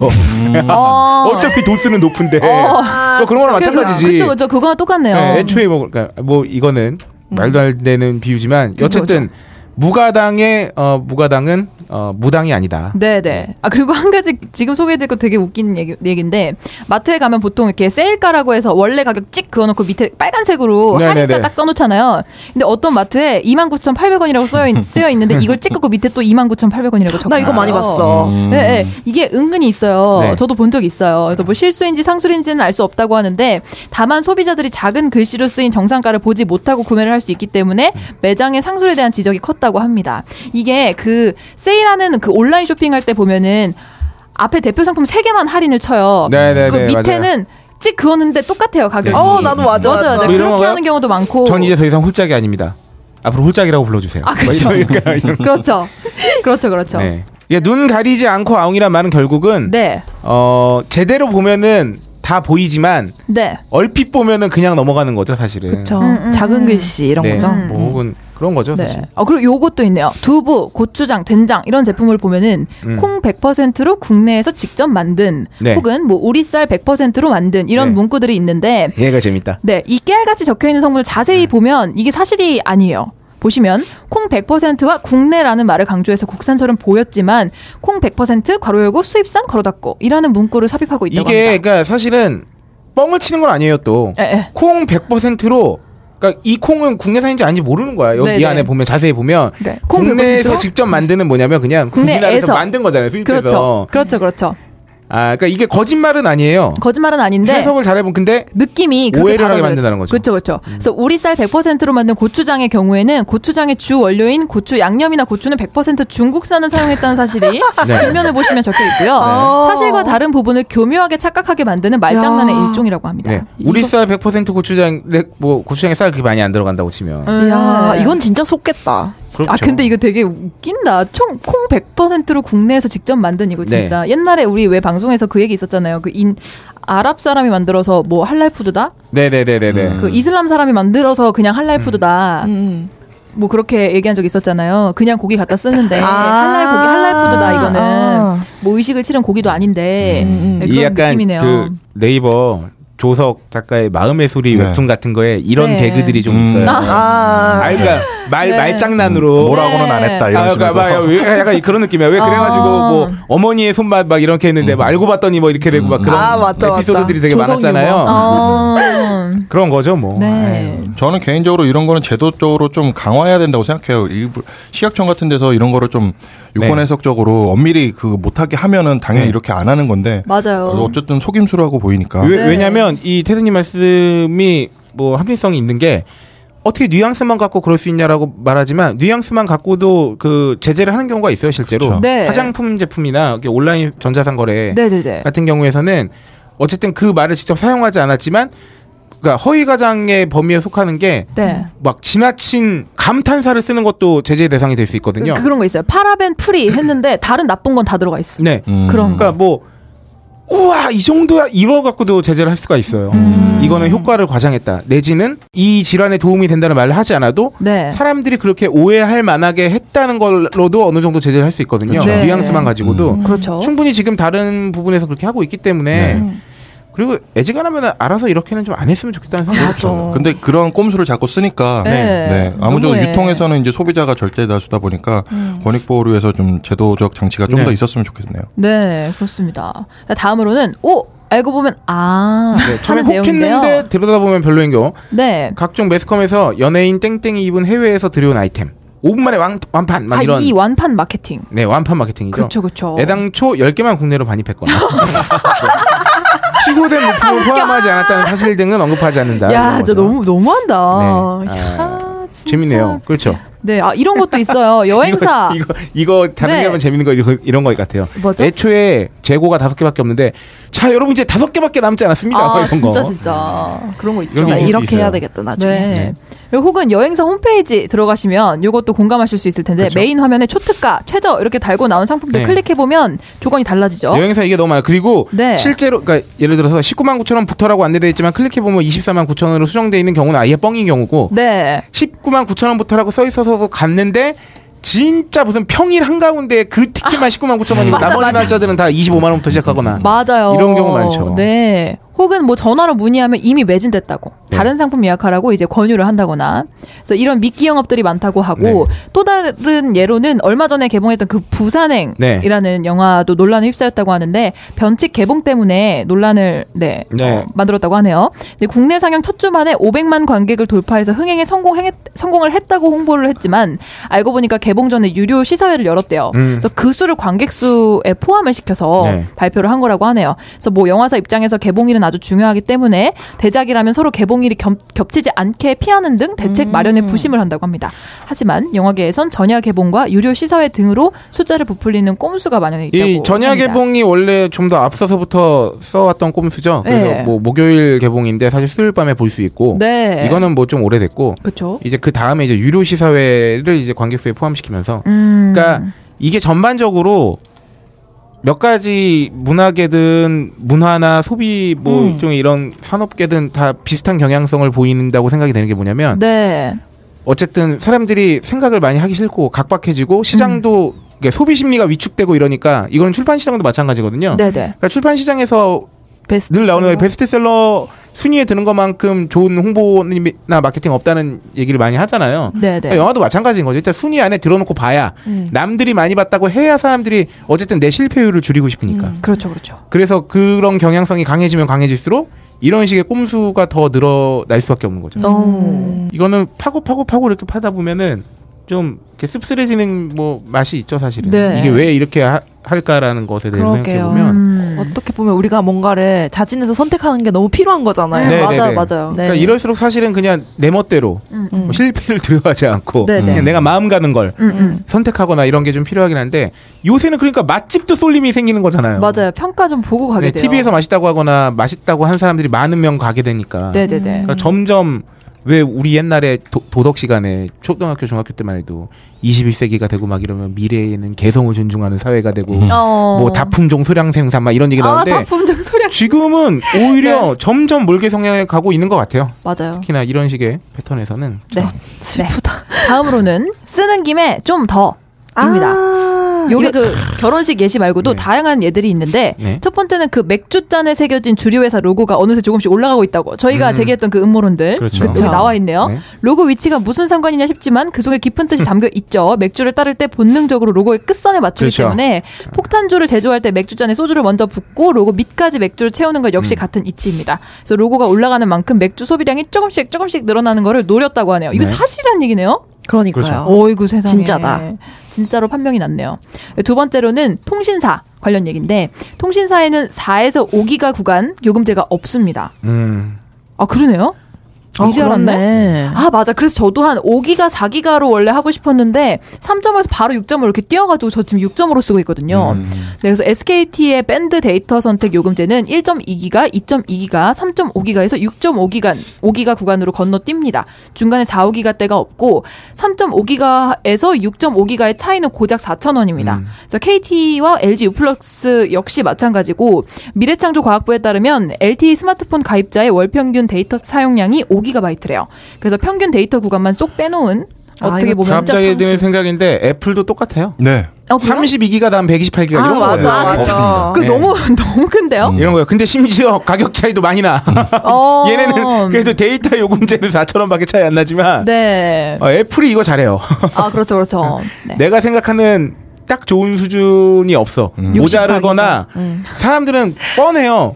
어. 어차피 도수는 높은데 뭐 그런 거랑 마찬가지지. 그렇죠, 그렇죠. 그거랑 똑같네요. 네, 애초에 뭐, 그러니까 뭐 이거는 음. 말도 안 되는 비유지만 어쨌든 무가당의 어, 무가당은 어, 무당이 아니다. 네네. 아, 그리고 한 가지 지금 소개해드릴 거 되게 웃긴 얘기, 얘기인데, 마트에 가면 보통 이렇게 세일가라고 해서 원래 가격 찍 그어놓고 밑에 빨간색으로 네네네. 할인가 딱 써놓잖아요. 근데 어떤 마트에 29,800원이라고 쓰여, 쓰여 있는데 이걸 찍고 그 밑에 또 29,800원이라고 적어 나 이거 아, 많이 봤어. 음. 네, 네. 이게 은근히 있어요. 네. 저도 본 적 있어요. 그래서 뭐 실수인지 상술인지는 알 수 없다고 하는데 다만 소비자들이 작은 글씨로 쓰인 정상가를 보지 못하고 구매를 할 수 있기 때문에 매장의 상술에 대한 지적이 컸다고 합니다. 이게 그 세일하는 그 온라인 쇼핑할 때 보면은 앞에 대표 상품 세개만 할인을 쳐요. 네네네, 그 밑에는 찍 그었는데 똑같아요 가격이. 네. 어, 나도 맞아, 맞아, 맞아. 맞아. 뭐 이런 그렇게 거요? 하는 경우도 많고. 전 이제 더 이상 홀짝이 아닙니다. 앞으로 홀짝이라고 불러주세요. 아, 그쵸. 뭐 이런- 그러니까 이런- 그렇죠. 그렇죠, 그렇죠. 네. 네. 예, 눈 가리지 않고 아웅이란 말은 결국은 네. 어, 제대로 보면은 다 보이지만 네. 얼핏 보면은 그냥 넘어가는 거죠 사실은. 그쵸. 음, 음, 음. 작은 글씨 이런 네, 거죠. 뭐 혹은 그런 거죠 사실. 네. 어, 그리고 요것도 있네요. 두부, 고추장, 된장 이런 제품을 보면은 음. 콩 100%로 국내에서 직접 만든 네. 혹은 뭐 오리쌀 100%로 만든 이런 네. 문구들이 있는데 얘가 재밌다. 네, 이 깨알같이 적혀 있는 성분을 네. 자세히 보면 이게 사실이 아니에요. 보시면 콩 100%와 국내라는 말을 강조해서 국산처럼 보였지만 콩 100% 괄호 열고 수입산 괄호 닫고 이라는 문구를 삽입하고 있다고 이게 합니다. 그러니까 사실은 뻥을 치는 건 아니에요 또. 예, 예. 콩 100%로 그러니까 이 콩은 국내산인지 아닌지 모르는 거야. 여기 네네. 이 안에 보면 자세히 보면 네, 콩 국내에서 100%? 직접 만드는 뭐냐면 그냥 국내에서 국내에서. 만든 거잖아요. 수입해서. 그렇죠. 그렇죠. 그렇죠. 아, 그러니까 이게 거짓말은 아니에요. 거짓말은 아닌데 해석을 잘해본 근데 느낌이 그렇게 오해를 하게 다르다는 만든다는 거죠. 음. 그렇죠, 그렇죠. 그래서 우리쌀 100%로 만든 고추장의 경우에는 고추장의 주 원료인 고추 양념이나 고추는 100% 중국산을 사용했다는 사실이 네. 뒷면에 보시면 적혀 있고요. 사실과 다른 부분을 교묘하게 착각하게 만드는 말장난의 야. 일종이라고 합니다. 네. 우리 쌀 100% 고추장 네, 뭐 고추장에 쌀 그렇게 많이 안 들어간다고 치면 음. 이야, 네. 이건 진짜 속겠다. 아 그렇죠. 근데 이거 되게 웃긴다. 총 콩 100%로 국내에서 직접 만든 이거 네. 진짜 옛날에 우리 왜 방송에서 그 얘기 있었잖아요. 그 인 아랍 사람이 만들어서 뭐 할랄 푸드다. 네네네네네. 그 이슬람 사람이 만들어서 그냥 할랄 푸드다. 음. 뭐 그렇게 얘기한 적 있었잖아요. 그냥 고기 갖다 쓰는데 아. 할랄 고기 할랄 푸드다 이거는 아. 음, 뭐 의식을 치른 고기도 아닌데 네, 음. 이 그런 약간 느낌이네요. 그 네이버 조석 작가의 마음의 소리 네. 웹툰 같은 거에 이런 네. 개그들이 좀 음. 있어요. 아. 아, 그러니까 말 말장난으로 음, 뭐라고는 안 했다 이런 아, 식으로 그러니까 막 해서 왜- 약간 그런 느낌이야. 왜 그래가지고 아. 뭐 어머니의 손맛 막 이렇게 했는데 음. 뭐 알고 봤더니 뭐 이렇게 되고 막 그런 아, 맞다, 맞다. 에피소드들이 되게 조성 많았잖아요. 유머. 어, 그런 거죠 뭐. 네. 저는 개인적으로 이런 거는 제도적으로 좀 강화해야 된다고 생각해요. 일부 시각청 같은 데서 이런 거를 좀 유권 네. 해석적으로 엄밀히 그 못하게 하면은 당연히 네. 이렇게 안 하는 건데 맞아요. 어쨌든 속임수라고 보이니까 네. 왜, 왜냐면 이 테드님 말씀이 뭐 합리성이 있는 게 어떻게 뉘앙스만 갖고 그럴 수 있냐라고 말하지만 뉘앙스만 갖고도 그 제재를 하는 경우가 있어요 실제로 그쵸. 네. 화장품 제품이나 이렇게 온라인 전자상 거래 네네네. 같은 경우에서는 어쨌든 그 말을 직접 사용하지 않았지만 그러니까 허위 가장의 범위에 속하는 게 네. 막 지나친 감탄사를 쓰는 것도 제재 대상이 될 수 있거든요. 그- 그런 거 있어요. 파라벤 프리 했는데 다른 나쁜 건 다 들어가 있어. 네. 음. 그런 그러니까 뭐 우와 이 정도야 이거 갖고도 제재를 할 수가 있어요. 음. 이거는 효과를 과장했다. 내지는 이 질환에 도움이 된다는 말을 하지 않아도 네. 사람들이 그렇게 오해할 만하게 했다는 걸로도 어느 정도 제재를 할 수 있거든요. 그렇죠. 네. 뉘앙스만 가지고도 음, 그렇죠. 충분히 지금 다른 부분에서 그렇게 하고 있기 때문에 네. 그리고 애지간하면 알아서 이렇게는 좀 안 했으면 좋겠다는 생각이 맞아. 그렇죠. 들어요. 근데 그런 꼼수를 자꾸 쓰니까 네. 네. 아무쪼록 너무해. 음. 유통에서는 이제 소비자가 절대 다수다 보니까 권익 보호를 위해서 좀 제도적 장치가 좀 더 네. 있었으면 좋겠네요. 네, 그렇습니다. 다음으로는 오 알고 보면 아 네, 처음에 하는 내용인데요. 혹했는데 들여다보면 별로인 경우 네. 각종 매스컴에서 연예인 땡땡이 입은 해외에서 들여온 아이템 5분 만에 왕, 완판 막 아, 이런 이 완판 마케팅. 네 완판 마케팅이죠. 그렇죠, 그렇죠. 애당초 10개만 국내로 반입했거나 취소된 물품을 포함하지 않았다는 사실 등은 언급하지 않는다. 아, 야, 이런 진짜 거죠. 너무 너무한다. 네. 야, 진짜. 재밌네요. 그렇죠. 네, 아 이런 것도 있어요. 여행사. 이거 이거, 이거 다른 네. 게 하면 재밌는 거 이런, 이런 거 같아요. 뭐죠? 애초에 재고가 다섯 개밖에 없는데 자 여러분 이제 다섯 개밖에 남지 않았습니다. 아, 이런 거. 음. 진짜 진짜 그런 거 있죠. 이런 게 아, 있을 수 이렇게 있어요. 해야 되겠다 나중에. 네. 그리고 혹은 여행사 홈페이지 들어가시면 이것도 공감하실 수 있을 텐데 그쵸. 메인 화면에 초특가, 최저 이렇게 달고 나온 상품들 네. 클릭해 보면 조건이 달라지죠. 여행사 이게 너무 많아. 그리고 네. 실제로 그러니까 예를 들어서 19만 9천 원 부터라고 안내되어 있지만 클릭해 보면 24만 9천 원으로 수정돼 있는 경우는 아예 뻥인 경우고 네. 19만 9천 원부터라고 써 있어서 갔는데 진짜 무슨 평일 한 가운데 그 티켓만 19만 9천 원이고 맞아, 나머지 맞아. 음. 날짜들은 다 25만 원부터 시작하거나 맞아요. 이런 경우 많죠. 네. 혹은 뭐 전화로 문의하면 이미 매진됐다고 네. 다른 상품 예약하라고 이제 권유를 한다거나 그래서 이런 미끼 영업들이 많다고 하고 네. 또 다른 예로는 얼마 전에 개봉했던 그 네. 부산행이라는 영화도 논란에 휩싸였다고 하는데 변칙 개봉 때문에 논란을 네, 네. 어, 만들었다고 하네요. 근데 국내 상영 첫 주만에 500만 관객을 돌파해서 흥행에 성공했, 성공을 했다고 홍보를 했지만 알고 보니까 개봉 전에 유료 시사회를 열었대요. 음. 그래서 그 수를 관객 수에 포함을 시켜서 네. 어, 발표를 한 거라고 하네요. 그래서 뭐 영화사 입장에서 개봉일은 아주 중요하기 때문에 대작이라면 서로 개봉일이 겹, 겹치지 않게 피하는 등 대책 마련에 부심을 한다고 합니다. 하지만 영화계에선 전야 개봉과 유료 시사회 등으로 숫자를 부풀리는 꼼수가 마련해 있다고 이 전야 합니다. 개봉이 원래 좀 더 앞서서부터 써왔던 꼼수죠. 그래서 네. 뭐 목요일 개봉인데 사실 수요일 밤에 볼 수 있고 네. 이거는 뭐 좀 오래됐고 그렇죠. 이제 그 다음에 이제 유료 시사회를 이제 관객수에 포함시키면서 음. 그러니까 이게 전반적으로 몇 가지 문화계든 문화나 소비 뭐 음. 일종의 이런 산업계든 다 비슷한 경향성을 보인다고 생각이 되는 게 뭐냐면 네. 어쨌든 사람들이 생각을 많이 하기 싫고 각박해지고 시장도 음. 이게 소비 심리가 위축되고 이러니까 이거는 출판 시장도 마찬가지거든요. 네네. 그렇죠. 그러니까 출판 시장에서 베스트 늘 나오는 베스트셀러 순위에 드는 것만큼 좋은 홍보나 마케팅 없다는 얘기를 많이 하잖아요. 네네. 어, 영화도 마찬가지인 거죠. 일단 순위 안에 들어놓고 봐야 남들이 많이 봤다고 해야 사람들이 어쨌든 내 실패율을 줄이고 싶으니까. 그렇죠, 그렇죠. 그래서 그런 경향성이 강해지면 강해질수록 이런 식의 꼼수가 더 늘어날 수밖에 없는 음. 거죠. 오. 이거는 파고 파고 파고 이렇게 파다 보면은 좀 이렇게 씁쓸해지는 뭐 맛이 있죠 사실은. 네. 이게 왜 이렇게 하- 할까라는 것에 대해서 생각해 그러게요. 보면. 음. 어떻게 보면 우리가 뭔가를 자진해서 선택하는 게 너무 필요한 거잖아요. 네, 네, 맞아요, 네. 맞아요. 네. 그러니까 이럴수록 사실은 그냥 내 멋대로 뭐 실패를 두려워하지 않고 네, 네. 그냥 내가 마음 가는 걸 음, 음. 선택하거나 이런 게 좀 필요하긴 한데 요새는 그러니까 맛집도 쏠림이 생기는 거잖아요. 맞아요. 평가 좀 보고 가게 돼요. TV에서 맛있다고 하거나 맛있다고 한 사람들이 많은 명 가게 되니까 네네네. 그러니까 점점 왜 우리 옛날에 도, 도덕 시간에 초등학교 중학교 때만 해도 21세기가 되고 막 이러면 미래에는 개성을 존중하는 사회가 되고 어. 뭐 다품종 소량 생산 막 이런 얘기 아, 나오는데 다품종 네. 소량. 지금은 오히려 점점 몰개 성향에 가고 있는 것 같아요. 맞아요. 특히나 이런 식의 패턴에서는 네. 슬프다. 아. 아. 다음으로는 쓰는 김에 좀 더. 입니다. 네. 요게 그 결혼식 예시 말고도 네. 다양한 예들이 있는데 네. 첫 번째는 그 맥주 잔에 새겨진 주류 회사 로고가 어느새 조금씩 올라가고 있다고 저희가 음. 제기했던 그 음모론들 그렇죠. 여기 나와 있네요. 네. 로고 위치가 무슨 상관이냐 싶지만 그 속에 깊은 뜻이 담겨 있죠. 맥주를 따를 때 본능적으로 로고의 끝선에 맞추기 그렇죠. 때문에 폭탄주를 제조할 때 맥주잔에 소주를 먼저 붓고 로고 밑까지 맥주를 채우는 것 음. 역시 같은 이치입니다. 그래서 로고가 올라가는 만큼 맥주 소비량이 조금씩 조금씩 늘어나는 거를 노렸다고 하네요. 이거 네. 사실이란 얘기네요. 그러니까요. 그렇죠. 어이구 아, 세상에. 진짜다. 진짜로 판명이 났네요. 두 번째로는 통신사 관련 얘기인데 통신사에는 4에서 5기가 구간 요금제가 없습니다. 음. 아 그러네요. 아, 이제 알았네. 그렇네. 아 맞아. 그래서 저도 한 5기가 4기가로 원래 하고 싶었는데 3점에서 바로 6점으로 이렇게 뛰어가지고 저 지금 6점으로 쓰고 있거든요. 음. 네, 그래서 SKT의 밴드 데이터 선택 요금제는 1.2기가, 2.2기가, 3.5기가에서 6.5기간 5기가 구간으로 건너뜁니다. 중간에 4, 5기가 대가 없고 3.5기가에서 6.5기가의 차이는 고작 4천 원입니다. 음. 그래서 KT와 LG 유플러스 역시 마찬가지고 미래창조과학부에 따르면 LTE 스마트폰 가입자의 월 평균 데이터 사용량이 5기가바이트래요. 그래서 평균 데이터 구간만 쏙 빼놓은 아, 어떻게 이거 보면 진짜 갑자기 드는 생각인데 애플도 똑같아요. 네. 어, 그래요? 32기가 다음 128기가 아, 이런 맞아. 거예요. 아, 그쵸. 없습니다. 그 네. 음. 너무 너무 큰데요? 이런 거예요. 근데 심지어 가격 차이도 많이 나. 어. 얘네는 음. 그래도 데이터 요금제는 4천 원밖에 차이 안 나지만 네. 어, 애플이 이거 잘해요. 아 그렇죠 그렇죠. 네. 내가 생각하는 딱 좋은 수준이 없어. 모자르거나 음. 사람들은 뻔해요.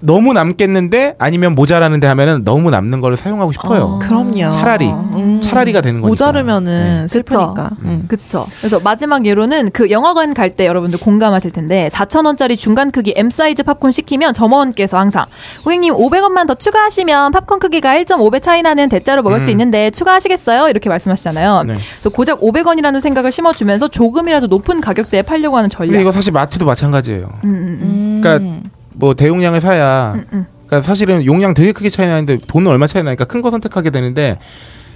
너무 남겠는데 아니면 모자라는데 하면은 너무 남는 거를 사용하고 싶어요. 아, 그럼요. 차라리. 음. 차라리가 되는 거니까. 모자르면은 슬프니까. 그쵸. 네. 음. 그쵸. 그래서 마지막 예로는 그 영화관 갈 때 여러분들 공감하실 텐데 4,000원짜리 중간 크기 M 사이즈 팝콘 시키면 점원께서 항상 고객님 500원만 더 추가하시면 팝콘 크기가 1.5배 차이 나는 대짜로 먹을 수 있는데 추가하시겠어요? 이렇게 말씀하시잖아요. 음. 네. 그래서 고작 500원이라는 생각을 심어주면서 조금이라도 높은 가격대에 팔려고 하는 전략. 음, 근데 이거 사실 마트도 마찬가지예요. 음. 그러니까 뭐 대용량을 사야. 그러니까 사실은 용량 되게 크게 차이 나는데 돈은 얼마 차이 나니까 큰 거 선택하게 되는데.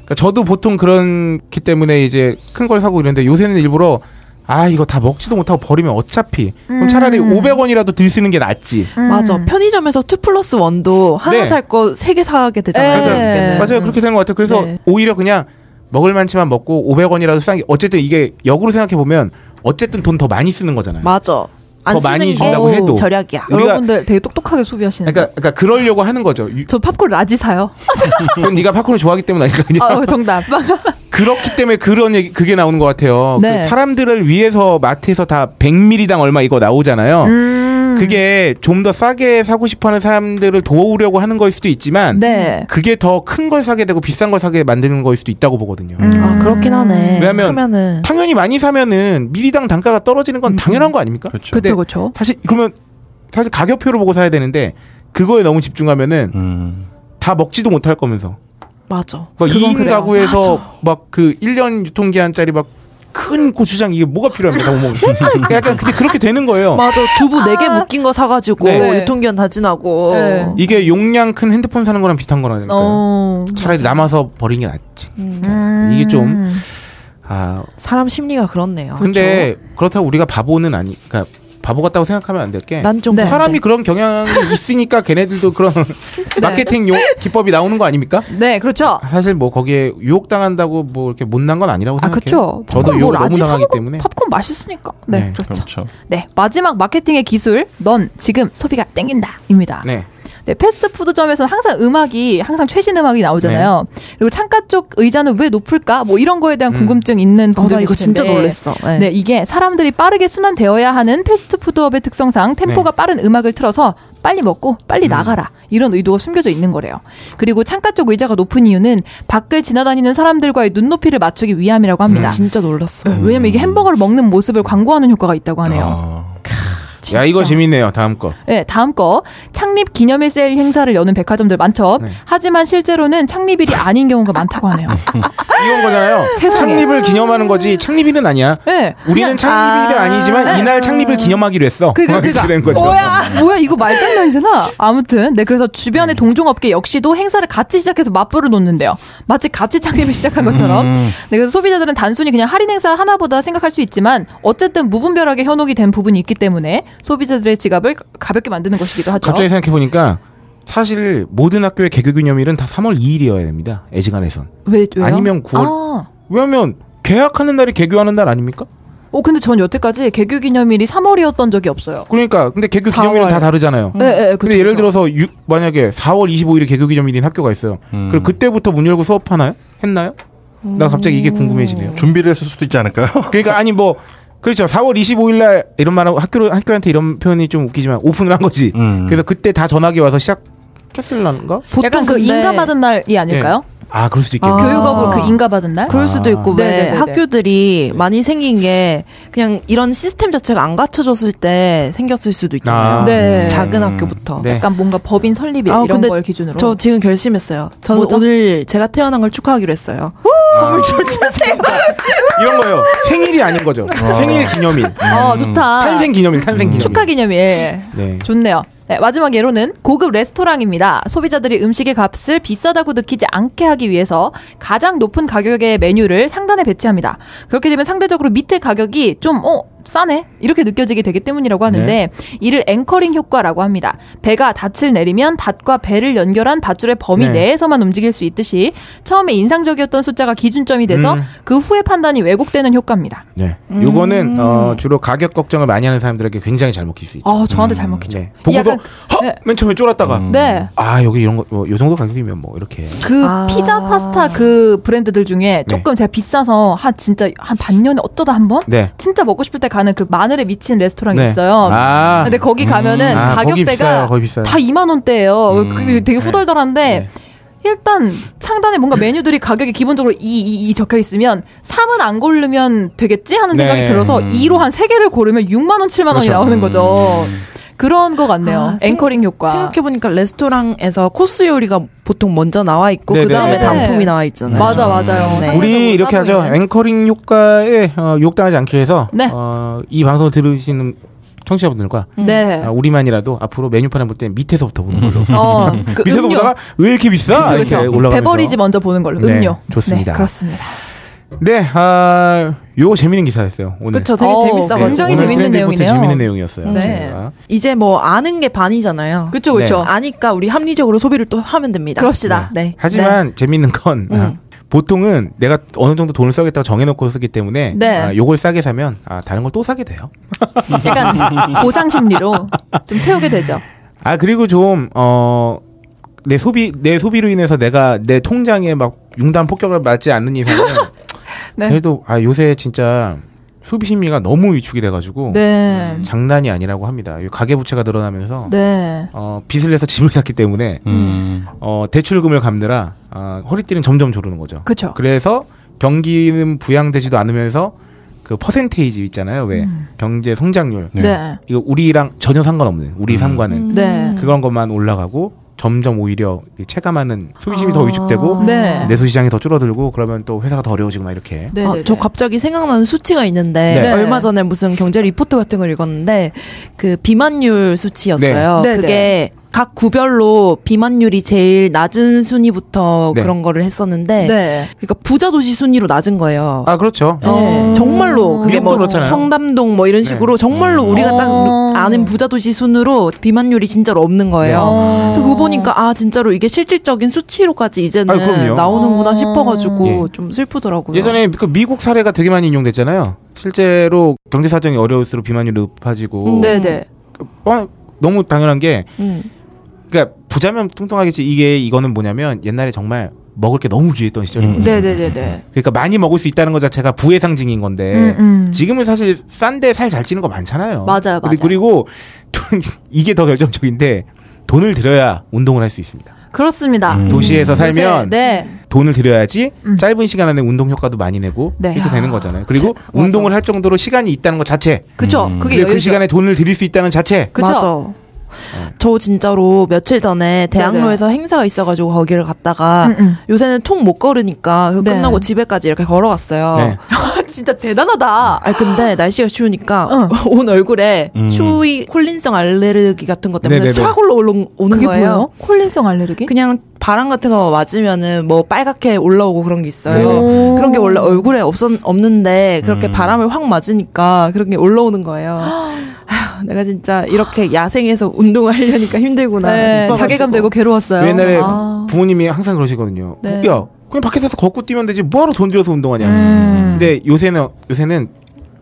그러니까 저도 보통 그렇기 때문에 이제 큰 걸 사고 이런데 요새는 일부러 아 이거 다 먹지도 못하고 버리면 어차피 그럼 차라리 500원이라도 들 쓰는 게 낫지. 음. 맞아. 편의점에서 2 플러스 1도 하나 네. 살 거 세 개 사게 되잖아요. 네. 결국에는. 맞아요 그렇게 되는 것 같아요. 그래서 네. 오히려 그냥 먹을 만치만 먹고 500원이라도 싼 게 어쨌든 이게 역으로 생각해 보면 어쨌든 돈 더 많이 쓰는 거잖아요. 맞아. 더 안 쓰는 많이 게 어, 준다고 해도. 절약이야. 우리가- 여러분들 되게 똑똑하게 소비하시는. 그러니까 그러니까 그러려고 하는 거죠. 유- 저 팝콘 라지 사요. 그건 네가 팝콘을 좋아하기 때문 아니까 그냥. 아, 정답. 그렇기 때문에 그런 얘기 그게 나오는 것 같아요. 네. 그 사람들을 위해서 마트에서 다 100ml당 얼마 이거 나오잖아요. 음. 그게 좀 더 싸게 사고 싶어하는 사람들을 도우려고 하는 걸 수도 있지만 네. 그게 더 큰 걸 사게 되고 비싼 걸 사게 만드는 걸 수도 있다고 보거든요. 음. 아, 그렇긴 하네. 왜냐면- 하면은 당연히 많이 사면은 미리당 단가가 떨어지는 건 당연한 거 아닙니까? 그렇죠. 근데 음. 그쵸 그쵸. 사실 그러면 사실 가격표를 보고 사야 되는데 그거에 너무 집중하면은 음. 다 먹지도 못할 거면서 맞아. 막 그건 2인 그래요. 가구에서 막 그 1년 유통기한짜리 막 큰 고추장 이게 뭐가 필요합니까? 못 먹으면. 약간 근데 그렇게 되는 거예요. 맞아. 두부 네 개 묶인 거 사가지고 네. 유통기한 다 지나고. 네. 이게 용량 큰 핸드폰 사는 거랑 비슷한 거라니까요. 어. 음. 차라리 남아서 버린 게 낫지. 이게 좀 아, 사람 심리가 그렇네요. 그렇죠. 근데 그렇다고 우리가 바보는 아니 그러니까 바보 같다고 생각하면 안 될 게 난좀 네. 사람이 그런 경향이 있으니까 걔네들도 그런 마케팅 요, 기법이 나오는 거 아닙니까? 네 그렇죠. 사실 뭐 거기에 유혹당한다고 뭐 이렇게 못난 건 아니라고 아, 생각해요. 그쵸. 저도 팝콘 유혹 뭘 너무 아직 당하기 사먹어- 때문에. 팝콘 맛있으니까. 네, 네, 그렇죠. 그렇죠. 네, 마지막 마케팅의 기술, 넌 지금 소비가 땡긴다. 입니다. 네. 네. 패스트푸드점에서는 항상 음악이, 항상 최신 음악이 나오잖아요. 그리고 창가 쪽 의자는 왜 높을까? 뭐 이런 거에 대한 궁금증 있는 어, 분들 나 이거 진짜 놀랬어. 네. 네, 이게 사람들이 빠르게 순환되어야 하는 패스트푸드업의 특성상 네. 템포가 빠른 음악을 틀어서 빨리 먹고 빨리 음. 나가라 이런 의도가 숨겨져 있는 거래요. 그리고 창가 쪽 의자가 높은 이유는 밖을 지나다니는 사람들과의 눈높이를 맞추기 위함이라고 합니다. 음. 진짜 놀랐어. 네, 왜냐면 이게 햄버거를 먹는 모습을 광고하는 효과가 있다고 하네요. 아, 야 이거 재밌네요. 다음 거. 네, 다음 거 창립 기념일 세일 행사를 여는 백화점들 많죠. 네. 하지만 실제로는 창립일이 아닌 경우가 많다고 하네요. 이건 거잖아요. 세상에. 창립을 기념하는 거지 창립일은 아니야. 네, 우리는 창립일은 아... 니지만 이날 창립을 기념하기로 했어. 그러니까, 그니까 이렇게 그니까 된 거죠. 뭐야 뭐야 이거 말장난이잖아. 아무튼 네 그래서 주변의 동종업계 역시도 행사를 같이 시작해서 맞불을 놓는데요. 마치 같이 창립을 시작한 것처럼. 음. 네 그래서 소비자들은 단순히 그냥 할인 행사 하나보다 생각할 수 있지만 어쨌든 무분별하게 현혹이 된 부분이 있기 때문에 소비자들의 지갑을 가볍게 만드는 것이기도 하죠. 갑자기 생각해 보니까 사실 모든 학교의 개교 기념일은 다 3월 2일이어야 됩니다. 애지간에선. 왜 왜요? 아니면 구월- 아, 왜냐면 계약하는 날이 개교하는 날 아닙니까? 어, 근데 전 여태까지 개교 기념일이 3월이었던 적이 없어요. 그러니까 근데 개교 4월. 기념일은 다 다르잖아요. 예, 예, 그쵸, 음. 근데 예를 그쵸. 들어서 유- 만약에 4월 25일에 개교 기념일인 학교가 있어요. 그럼 그때부터 문 열고 수업하나요? 했나요? 나 갑자기 이게 궁금해지네요. 준비를 했을 수도 있지 않을까요? 그러니까 아니 뭐 그렇죠. 4월 25일 날 이런 말하고 학교를 학교한테 이런 표현이 좀 웃기지만 오픈을 한 거지. 음. 그래서 그때 다 전화기 와서 시작했을란가? 약간 그 근데- 인가 받은 날이 아닐까요? 아 그럴 수도 있겠네. 아. 교육업을 그 인가 받은 날? 그럴 수도 있고 왜 네네네네. 학교들이 많이 생긴 게 그냥 이런 시스템 자체가 안 갖춰졌을 때 생겼을 수도 있잖아요. 아. 네. 작은 음. 학교부터. 네. 약간 뭔가 법인 설립 아, 이런 근데 걸 기준으로. 저 지금 결심했어요. 저는 뭐죠? 오늘 제가 태어난 걸 축하하기로 했어요. 아. 이런 거요. 생일이 아닌 음. 거죠. 생일 기념일. 어, 좋다. 탄생 기념일, 탄생 기념일. 축하 기념일. 예. 네. 좋네요. 네, 마지막 예로는 고급 레스토랑입니다. 소비자들이 음식의 값을 비싸다고 느끼지 않게 하기 위해서 가장 높은 가격의 메뉴를 상단에 배치합니다. 그렇게 되면 상대적으로 밑에 가격이 좀, 어, 싸네? 이렇게 느껴지게 되기 때문이라고 하는데 네. 이를 앵커링 효과라고 합니다. 배가 닻을 내리면 닻과 배를 연결한 밧줄의 범위 네. 내에서만 움직일 수 있듯이 처음에 인상적이었던 숫자가 기준점이 돼서 음. 그 후의 판단이 왜곡되는 효과입니다. 네. 요거는 어, 주로 가격 걱정을 많이 하는 사람들에게 굉장히 잘 먹힐 수 있죠. 음. 아, 저한테 잘 먹히죠. 네. 보고서 약간- 허! 네. 맨 처음에 쫄았다가 네. 아 여기 이런 거 요 정도 가격이면 뭐 이렇게 그 아. 피자 파스타 그 브랜드들 네. 중에 조금 제가 비싸서 한 진짜 한 반년에 어쩌다 한 번 네. 진짜 먹고 싶을 때 가는 그 마늘에 미친 레스토랑이 네. 있어요. 아. 근데 거기 가면은 아, 거기 가격대가 비싸요, 거기 비싸요. 네. 다 2만 원대예요. 음. 그게 되게 후덜덜한데 일단 상단에 뭔가 메뉴들이 가격이 기본적으로 2, 2, 2 적혀 있으면 3은 안 고르면 되겠지 하는 생각이 네. 들어서 음. 2로 한 3개를 고르면 6만 원, 7만 그렇죠. 원이 음. 나오는 거죠. 그런 거 같네요. 아, 생- 앵커링 효과. 생각해보니까 레스토랑에서 코스 요리가 보통 먼저 나와 있고 네네. 그 다음에 네. 단품이 나와 있잖아요. 맞아 맞아요. 네. 어, 상대적으로 우리 이렇게 하죠. 싸보이는. 앵커링 효과에 어, 욕당하지 않기 위해서 네. 어, 이 방송 들으시는 청취자분들과 네. 아, 우리만이라도 앞으로 메뉴판에 볼 때 밑에서부터 보는 걸로. 어, 그 밑에서 음료. 보다가 왜 이렇게 비싸? 그쵸, 아, 이렇게 그쵸. 올라가면서. 배버리지 어- 먼저 보는 걸로 네, 음료. 좋습니다. 네, 그렇습니다. 네, 아, 요거 재밌는 기사였어요. 오늘. 네, 그쵸, 되게 어, 재밌어가지고. 굉장히 오늘 재밌는 트렌드포트 내용이네요. 재밌는 내용이었어요. 네. 저희가. 이제 뭐 아는 게 반이잖아요. 그쵸 그쵸. 네. 아니까 우리 합리적으로 소비를 또 하면 됩니다. 그럽시다. 네. 하지만 재밌는 건 아, 음. 보통은 내가 어느 정도 돈을 써겠다고 정해놓고 쓰기 때문에 네. 아, 요걸 싸게 사면 아, 다른 걸 또 사게 돼요. 아, 약간 보상 심리로 좀 채우게 되죠. 아 그리고 좀 어. 내 소비 내 소비로 인해서 내가 내 통장에 막 융단 폭격을 맞지 않는 이상은 네. 그래도 아 요새 진짜 소비 심리가 너무 위축이 돼가지고 네. 장난이 아니라고 합니다. 이 가계 부채가 늘어나면서 네. 어, 빚을 내서 집을 샀기 때문에 음. 어, 대출금을 갚느라 아, 허리띠는 점점 조르는 거죠. 그쵸. 그래서 경기는 부양되지도 않으면서 그 퍼센테이지 있잖아요. 왜 경제 성장률 음. 네. 네. 이거 우리랑 전혀 상관없는 우리 삶과는 음. 네. 그런 것만 올라가고 점점 오히려 이 체감하는 소비심이 더 위축되고 아. 네. 내수 시장이 더 줄어들고 그러면 또 회사가 더 어려워지고 막 이렇게 네. 아, 네. 저 갑자기 생각나는 수치가 있는데 네. 얼마 전에 무슨 경제 리포트 같은 걸 읽었는데 그 비만율 수치였어요. 네. 네, 그게 각 구별로 비만율이 제일 낮은 순위부터 네. 그런 거를 했었는데 네. 그러니까 부자 도시 순위로 낮은 거예요. 아 그렇죠. 네. 어. 정말로 그 그게 뭐 정도 그렇잖아요. 청담동 뭐 이런 네. 식으로 정말로 우리가 딱 어. 아는 부자 도시 순으로 비만율이 진짜로 없는 네. 거예요. 어. 그래서 그거 보니까 아 진짜로 이게 실질적인 수치로까지 이제는 아유, 그럼요. 예. 나오는구나 어. 싶어가지고 좀 슬프더라고요. 예전에 그 미국 사례가 되게 많이 인용됐잖아요. 실제로 경제 사정이 어려울수록 비만율이 높아지고 네, 네. 그 뻔- 너무 당연한 게 음. 그러니까 부자면 뚱뚱하겠지 이게 이거는 뭐냐면 옛날에 정말 먹을 게 너무 귀했던 시절입니다. 네, 네, 네, 네. 그러니까 많이 먹을 수 있다는 것 자체가 부의 상징인 건데 음, 음. 지금은 사실 싼데 살 잘 찌는 거 많잖아요. 맞아요, 그리- 맞아요. 그리고 또 이게 더 결정적인데 돈을 들여야 운동을 할 수 있습니다. 그렇습니다. 도시에서 요새, 음. 살면 네. 음. 돈을 들여야지 짧은 시간 안에 운동 효과도 많이 내고 네. 이렇게 되는 거잖아요. 자, 그리고 맞아. 운동을 할 정도로 시간이 있다는 것 자체 그쵸. 그게 그리고 여유죠. 그 시간에 돈을 들일 수 있다는 자체 그쵸? 맞아. 어. 저 진짜로 며칠 전에 대학로에서 행사가 있어가지고 거기를 갔다가 음, 음. 요새는 통 못 걸으니까 그거 네. 끝나고 집에까지 이렇게 걸어갔어요. 네. 진짜 대단하다. 아 근데 날씨가 추우니까 응. 온 얼굴에 음. 추위 콜린성 알레르기 같은 것 때문에 네네네. 싹 올라오는 거예요. 그게 뭐예요? 콜린성 알레르기? 그냥 바람 같은 거 맞으면은 뭐 빨갛게 올라오고 그런 게 있어요. 네. 오. 그런 게 원래 얼굴에 없었 없는데 음. 그렇게 바람을 확 맞으니까 그런 게 올라오는 거예요. 아휴, 내가 진짜 이렇게 야생에서 운동을 하려니까 힘들구나. 네, 이뻐가지고. 자괴감 되고 괴로웠어요. 그 옛날에 아. 부모님이 항상 그러시거든요. 네. 음. 야 그냥 밖에서 걷고 뛰면 되지 뭐하러 돈 들여서 운동하냐. 근데 요새는 요새는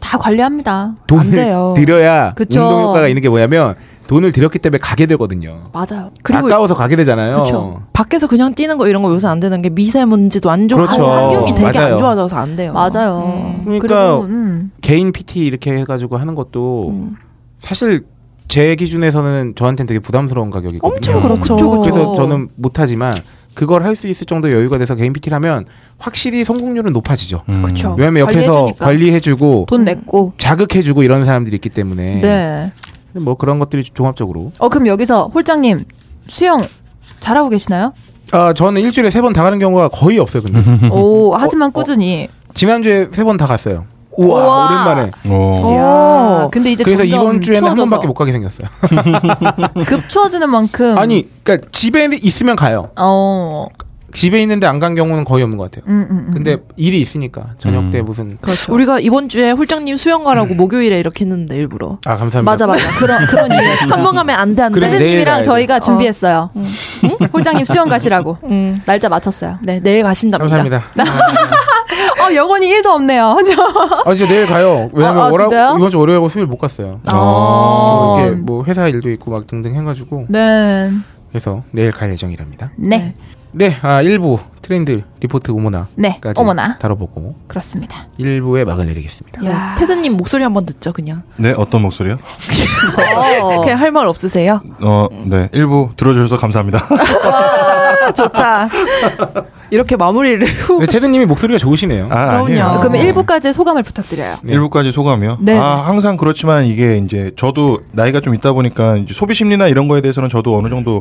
다 관리합니다. 안 돼요. 돈을 들여야 그쵸. 운동 효과가 있는 게 뭐냐면 돈을 들였기 때문에 가게 되거든요. 맞아요. 그리고 아까워서 가게 되잖아요. 그쵸. 밖에서 그냥 뛰는 거 이런 거 요새 안 되는 게 미세먼지도 안 좋고 그렇죠. 환경이 되게 맞아요. 안 좋아져서 안 돼요. 맞아요. 그러니까 그리고, 음. 개인 PT 이렇게 해가지고 하는 것도 음. 사실 제 기준에서는 저한테는 되게 부담스러운 가격이거든요. 엄청 그렇죠. 그쵸, 그쵸. 그래서 저는 못하지만 그걸 할 수 있을 정도 의 여유가 돼서 개인 PT를 하면 확실히 성공률은 높아지죠. 그쵸. 음. 그렇죠. 왜냐면 옆에서 관리해주니까. 관리해주고 돈 냈고. 자극해주고 이런 사람들이 있기 때문에 네. 뭐 그런 것들이 종합적으로 어 그럼 여기서 홀장님 수영 잘하고 계시나요? 아 저는 일주일에 세 번 당하는 경우가 거의 없어요 근데 오 어, 하지만 어. 꾸준히. 지난주에 세 번 다 갔어요 우와. 오랜만에 어. 오. 오. 근데 이제 어. 그래서 점점 이번 주에는 한 추워져서. 번밖에 못 가게 생겼어요 급 추워지는 만큼. 아니 그러니까 집에 있으면 가요 어. 집에 있는데 안 간 경우는 거의 없는 것 같아요 음, 음, 음. 근데 일이 있으니까 저녁 때 무슨 그렇죠. 우리가 이번 주에 홀장님 수영 가라고 음. 목요일에 이렇게 했는데 일부러 아 감사합니다 맞아 맞아 그런 그런 이유. 한 번 가면 안 돼 안 그래, 네. 돼. 내일 선생님이랑 가야 저희가 준비했어요. 응? 홀장님 수영 가시라고 음. 날짜 맞췄어요. 네 내일 가신답니다. 감사합니다 어 영혼이 1도 없네요. 아 이제 내일 가요 왜냐면 아, 아, 월화- 진짜요? 이번 주 월요일하고 수요일 못 갔어요 어. 뭐 이렇게 뭐 회사 일도 있고 막 등등 해가지고 네. 그래서 내일 갈 예정이랍니다 네. 네, 아 1부 트렌드 리포트 오모나 네. 까지 어머나. 다뤄보고 그렇습니다. 1부에 막을 내리겠습니다. 네, 야. 테드님 목소리 한 번 듣죠 그냥. 네, 어떤 목소리요? 어. 그냥 할 말 없으세요? 어, 네. 일부 들어주셔서 감사합니다. 아, 좋다. 이렇게 마무리를. 후. 근데 테드님이 목소리가 좋으시네요. 아, 아니에요. 그러면 1부까지의 소감을 부탁드려요. 네. 일부까지 소감이요. 네. 아 항상 그렇지만 이게 이제 저도 나이가 좀 있다 보니까 이제 소비 심리나 이런 거에 대해서는 저도 어느 정도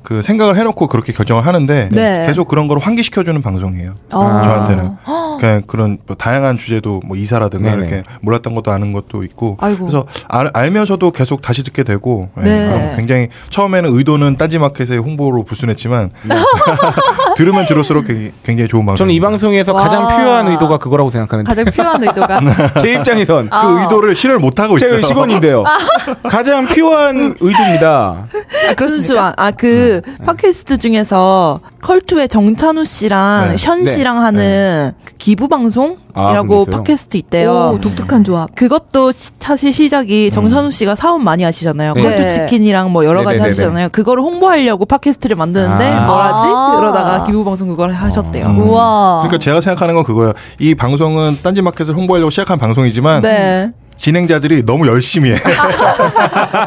그 생각을 해놓고 그렇게 결정을 하는데 네. 계속 그런 걸 환기시켜주는 방송이에요. 아. 저한테는 그냥 그런 뭐 다양한 주제도 뭐 이사라든가 네네. 이렇게 몰랐던 것도 아는 것도 있고 아이고. 그래서 알, 알면서도 계속 다시 듣게 되고 예, 네. 그럼 굉장히 처음에는 의도는 딴지마켓의 홍보로 불순했지만 네. 들으면 들을수록 굉장히- 굉장히 좋은 방송. 저는 이 방송에서 가장 와. 필요한 의도가 그거라고 생각하는데 가장 필요한 의도가 아. 제 입장에선 그 의도를 실현을 못 하고 제 있어요. 시건인데요. 가장 필요한 의도입니다. 순수한 아 그 음, 팟캐스트 중에서 컬투의 정찬우 씨랑 네. 션 네. 씨랑 하는 그 기부 아, 그런 게 방송이라고 있어요? 팟캐스트 있대요. 오, 독특한 조합. 그것도 시- 사실 시작이 정찬우 씨가 사업 많이 하시잖아요. 음. 네. 컬투 치킨이랑 뭐 여러 가지 네네네네. 하시잖아요. 그거를 홍보하려고 팟캐스트를 만드는데 아. 음. 뭐라지? 아. 그러다가 기부 방송 그걸 하셨대요. 우와. 그러니까 제가 생각하는 건 그거예요. 이 방송은 딴지마켓을 홍보하려고 시작한 방송이지만 네. 진행자들이 너무 열심히 해.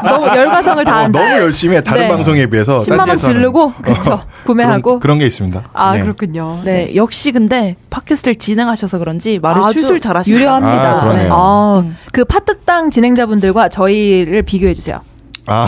너무 열과성을 어, 다한 너무 열심히 해. 다른 아, 네. 방송에 비해서 10만 원 딴지에서는. 어, 지르고 그렇죠. 구매하고. 그런, 그런 게 있습니다. 아, 네. 그렇군요. 네. 역시 근데 팟캐스트를 진행하셔서 그런지 말을 아주 술술 잘하시네요. 유려합니다. 아, 그러네요. 아, 그 파트땅 진행자분들과 저희를 비교해 주세요. 아,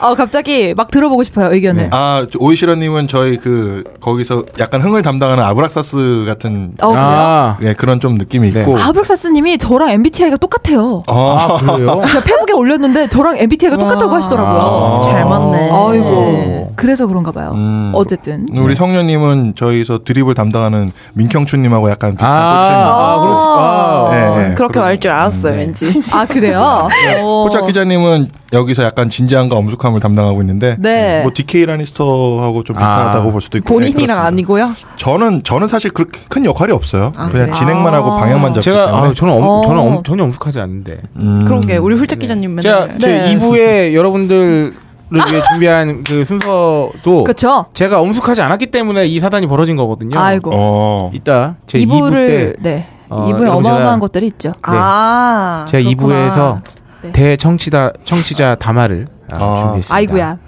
어, 갑자기 막 들어보고 싶어요, 의견을. 네. 아 오이시라님은 저희 그 거기서 약간 흥을 담당하는 아브락사스 같은 어, 그래요? 아, 예, 그런 좀 느낌이 네. 있고. 아브락사스님이 저랑 MBTI가 똑같아요. 어, 아 그래요? 제가 페북에 올렸는데 저랑 MBTI가 똑같다고 하시더라고요. 아. 잘 맞네. 아이고 네. 그래서 그런가 봐요. 음. 어쨌든 우리 성녀님은 저희서 드립을 담당하는 민경춘님하고 약간 아, 비슷한 아, 포지션이- 그렇습니다. 네. 아, 음, 네. 포지션이. 예, 예. 네. 그렇게 말 줄 알았어요, 왠지. 아 그래요. 어. 호짝 기자님은 여기서 약간 진지함과 엄숙함을 담당하고 있는데 네. 뭐 DK 라니스터하고 좀 비슷하다고 아. 볼 수도 있고 네, 본인이랑 그렇습니다. 아니고요. 저는 저는 사실 그렇게 큰 역할이 없어요. 아, 그냥 그래요? 진행만 하고 방향만 잡기 제가 때문에. 아, 저는 엄, 어. 저는 엄, 전혀 엄숙하지 않은데. 음. 그런 게 우리 훌짝 기자님 제가 맨날 네. 제 2부에 여러분들을 위해 준비한 그 순서도 그렇죠. 제가 엄숙하지 않았기 때문에 이 사단이 벌어진 거거든요. 아이고 어. 이따 제 2부 때 이부를 네 어, 이부에 여러분 어마어마한 제가- 것들이 있죠. 아. 네. 제가 그렇구나. 2부에서 네. 대청취자 청취자 담화를 아, 아. 준비했습니다. 아이고야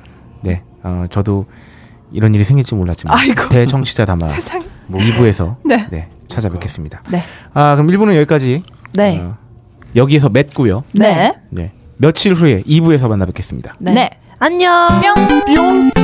네, 어, 저도 이런 일이 생길지 몰랐지만 아이고. 대청취자 담화 세상. 2부에서 네. 네. 찾아뵙겠습니다. 네. 아 그럼 1부는 여기까지 네. 어, 여기에서 맺고요. 네. 네, 며칠 후에 2부에서 만나뵙겠습니다. 네. 안녕. 뿅.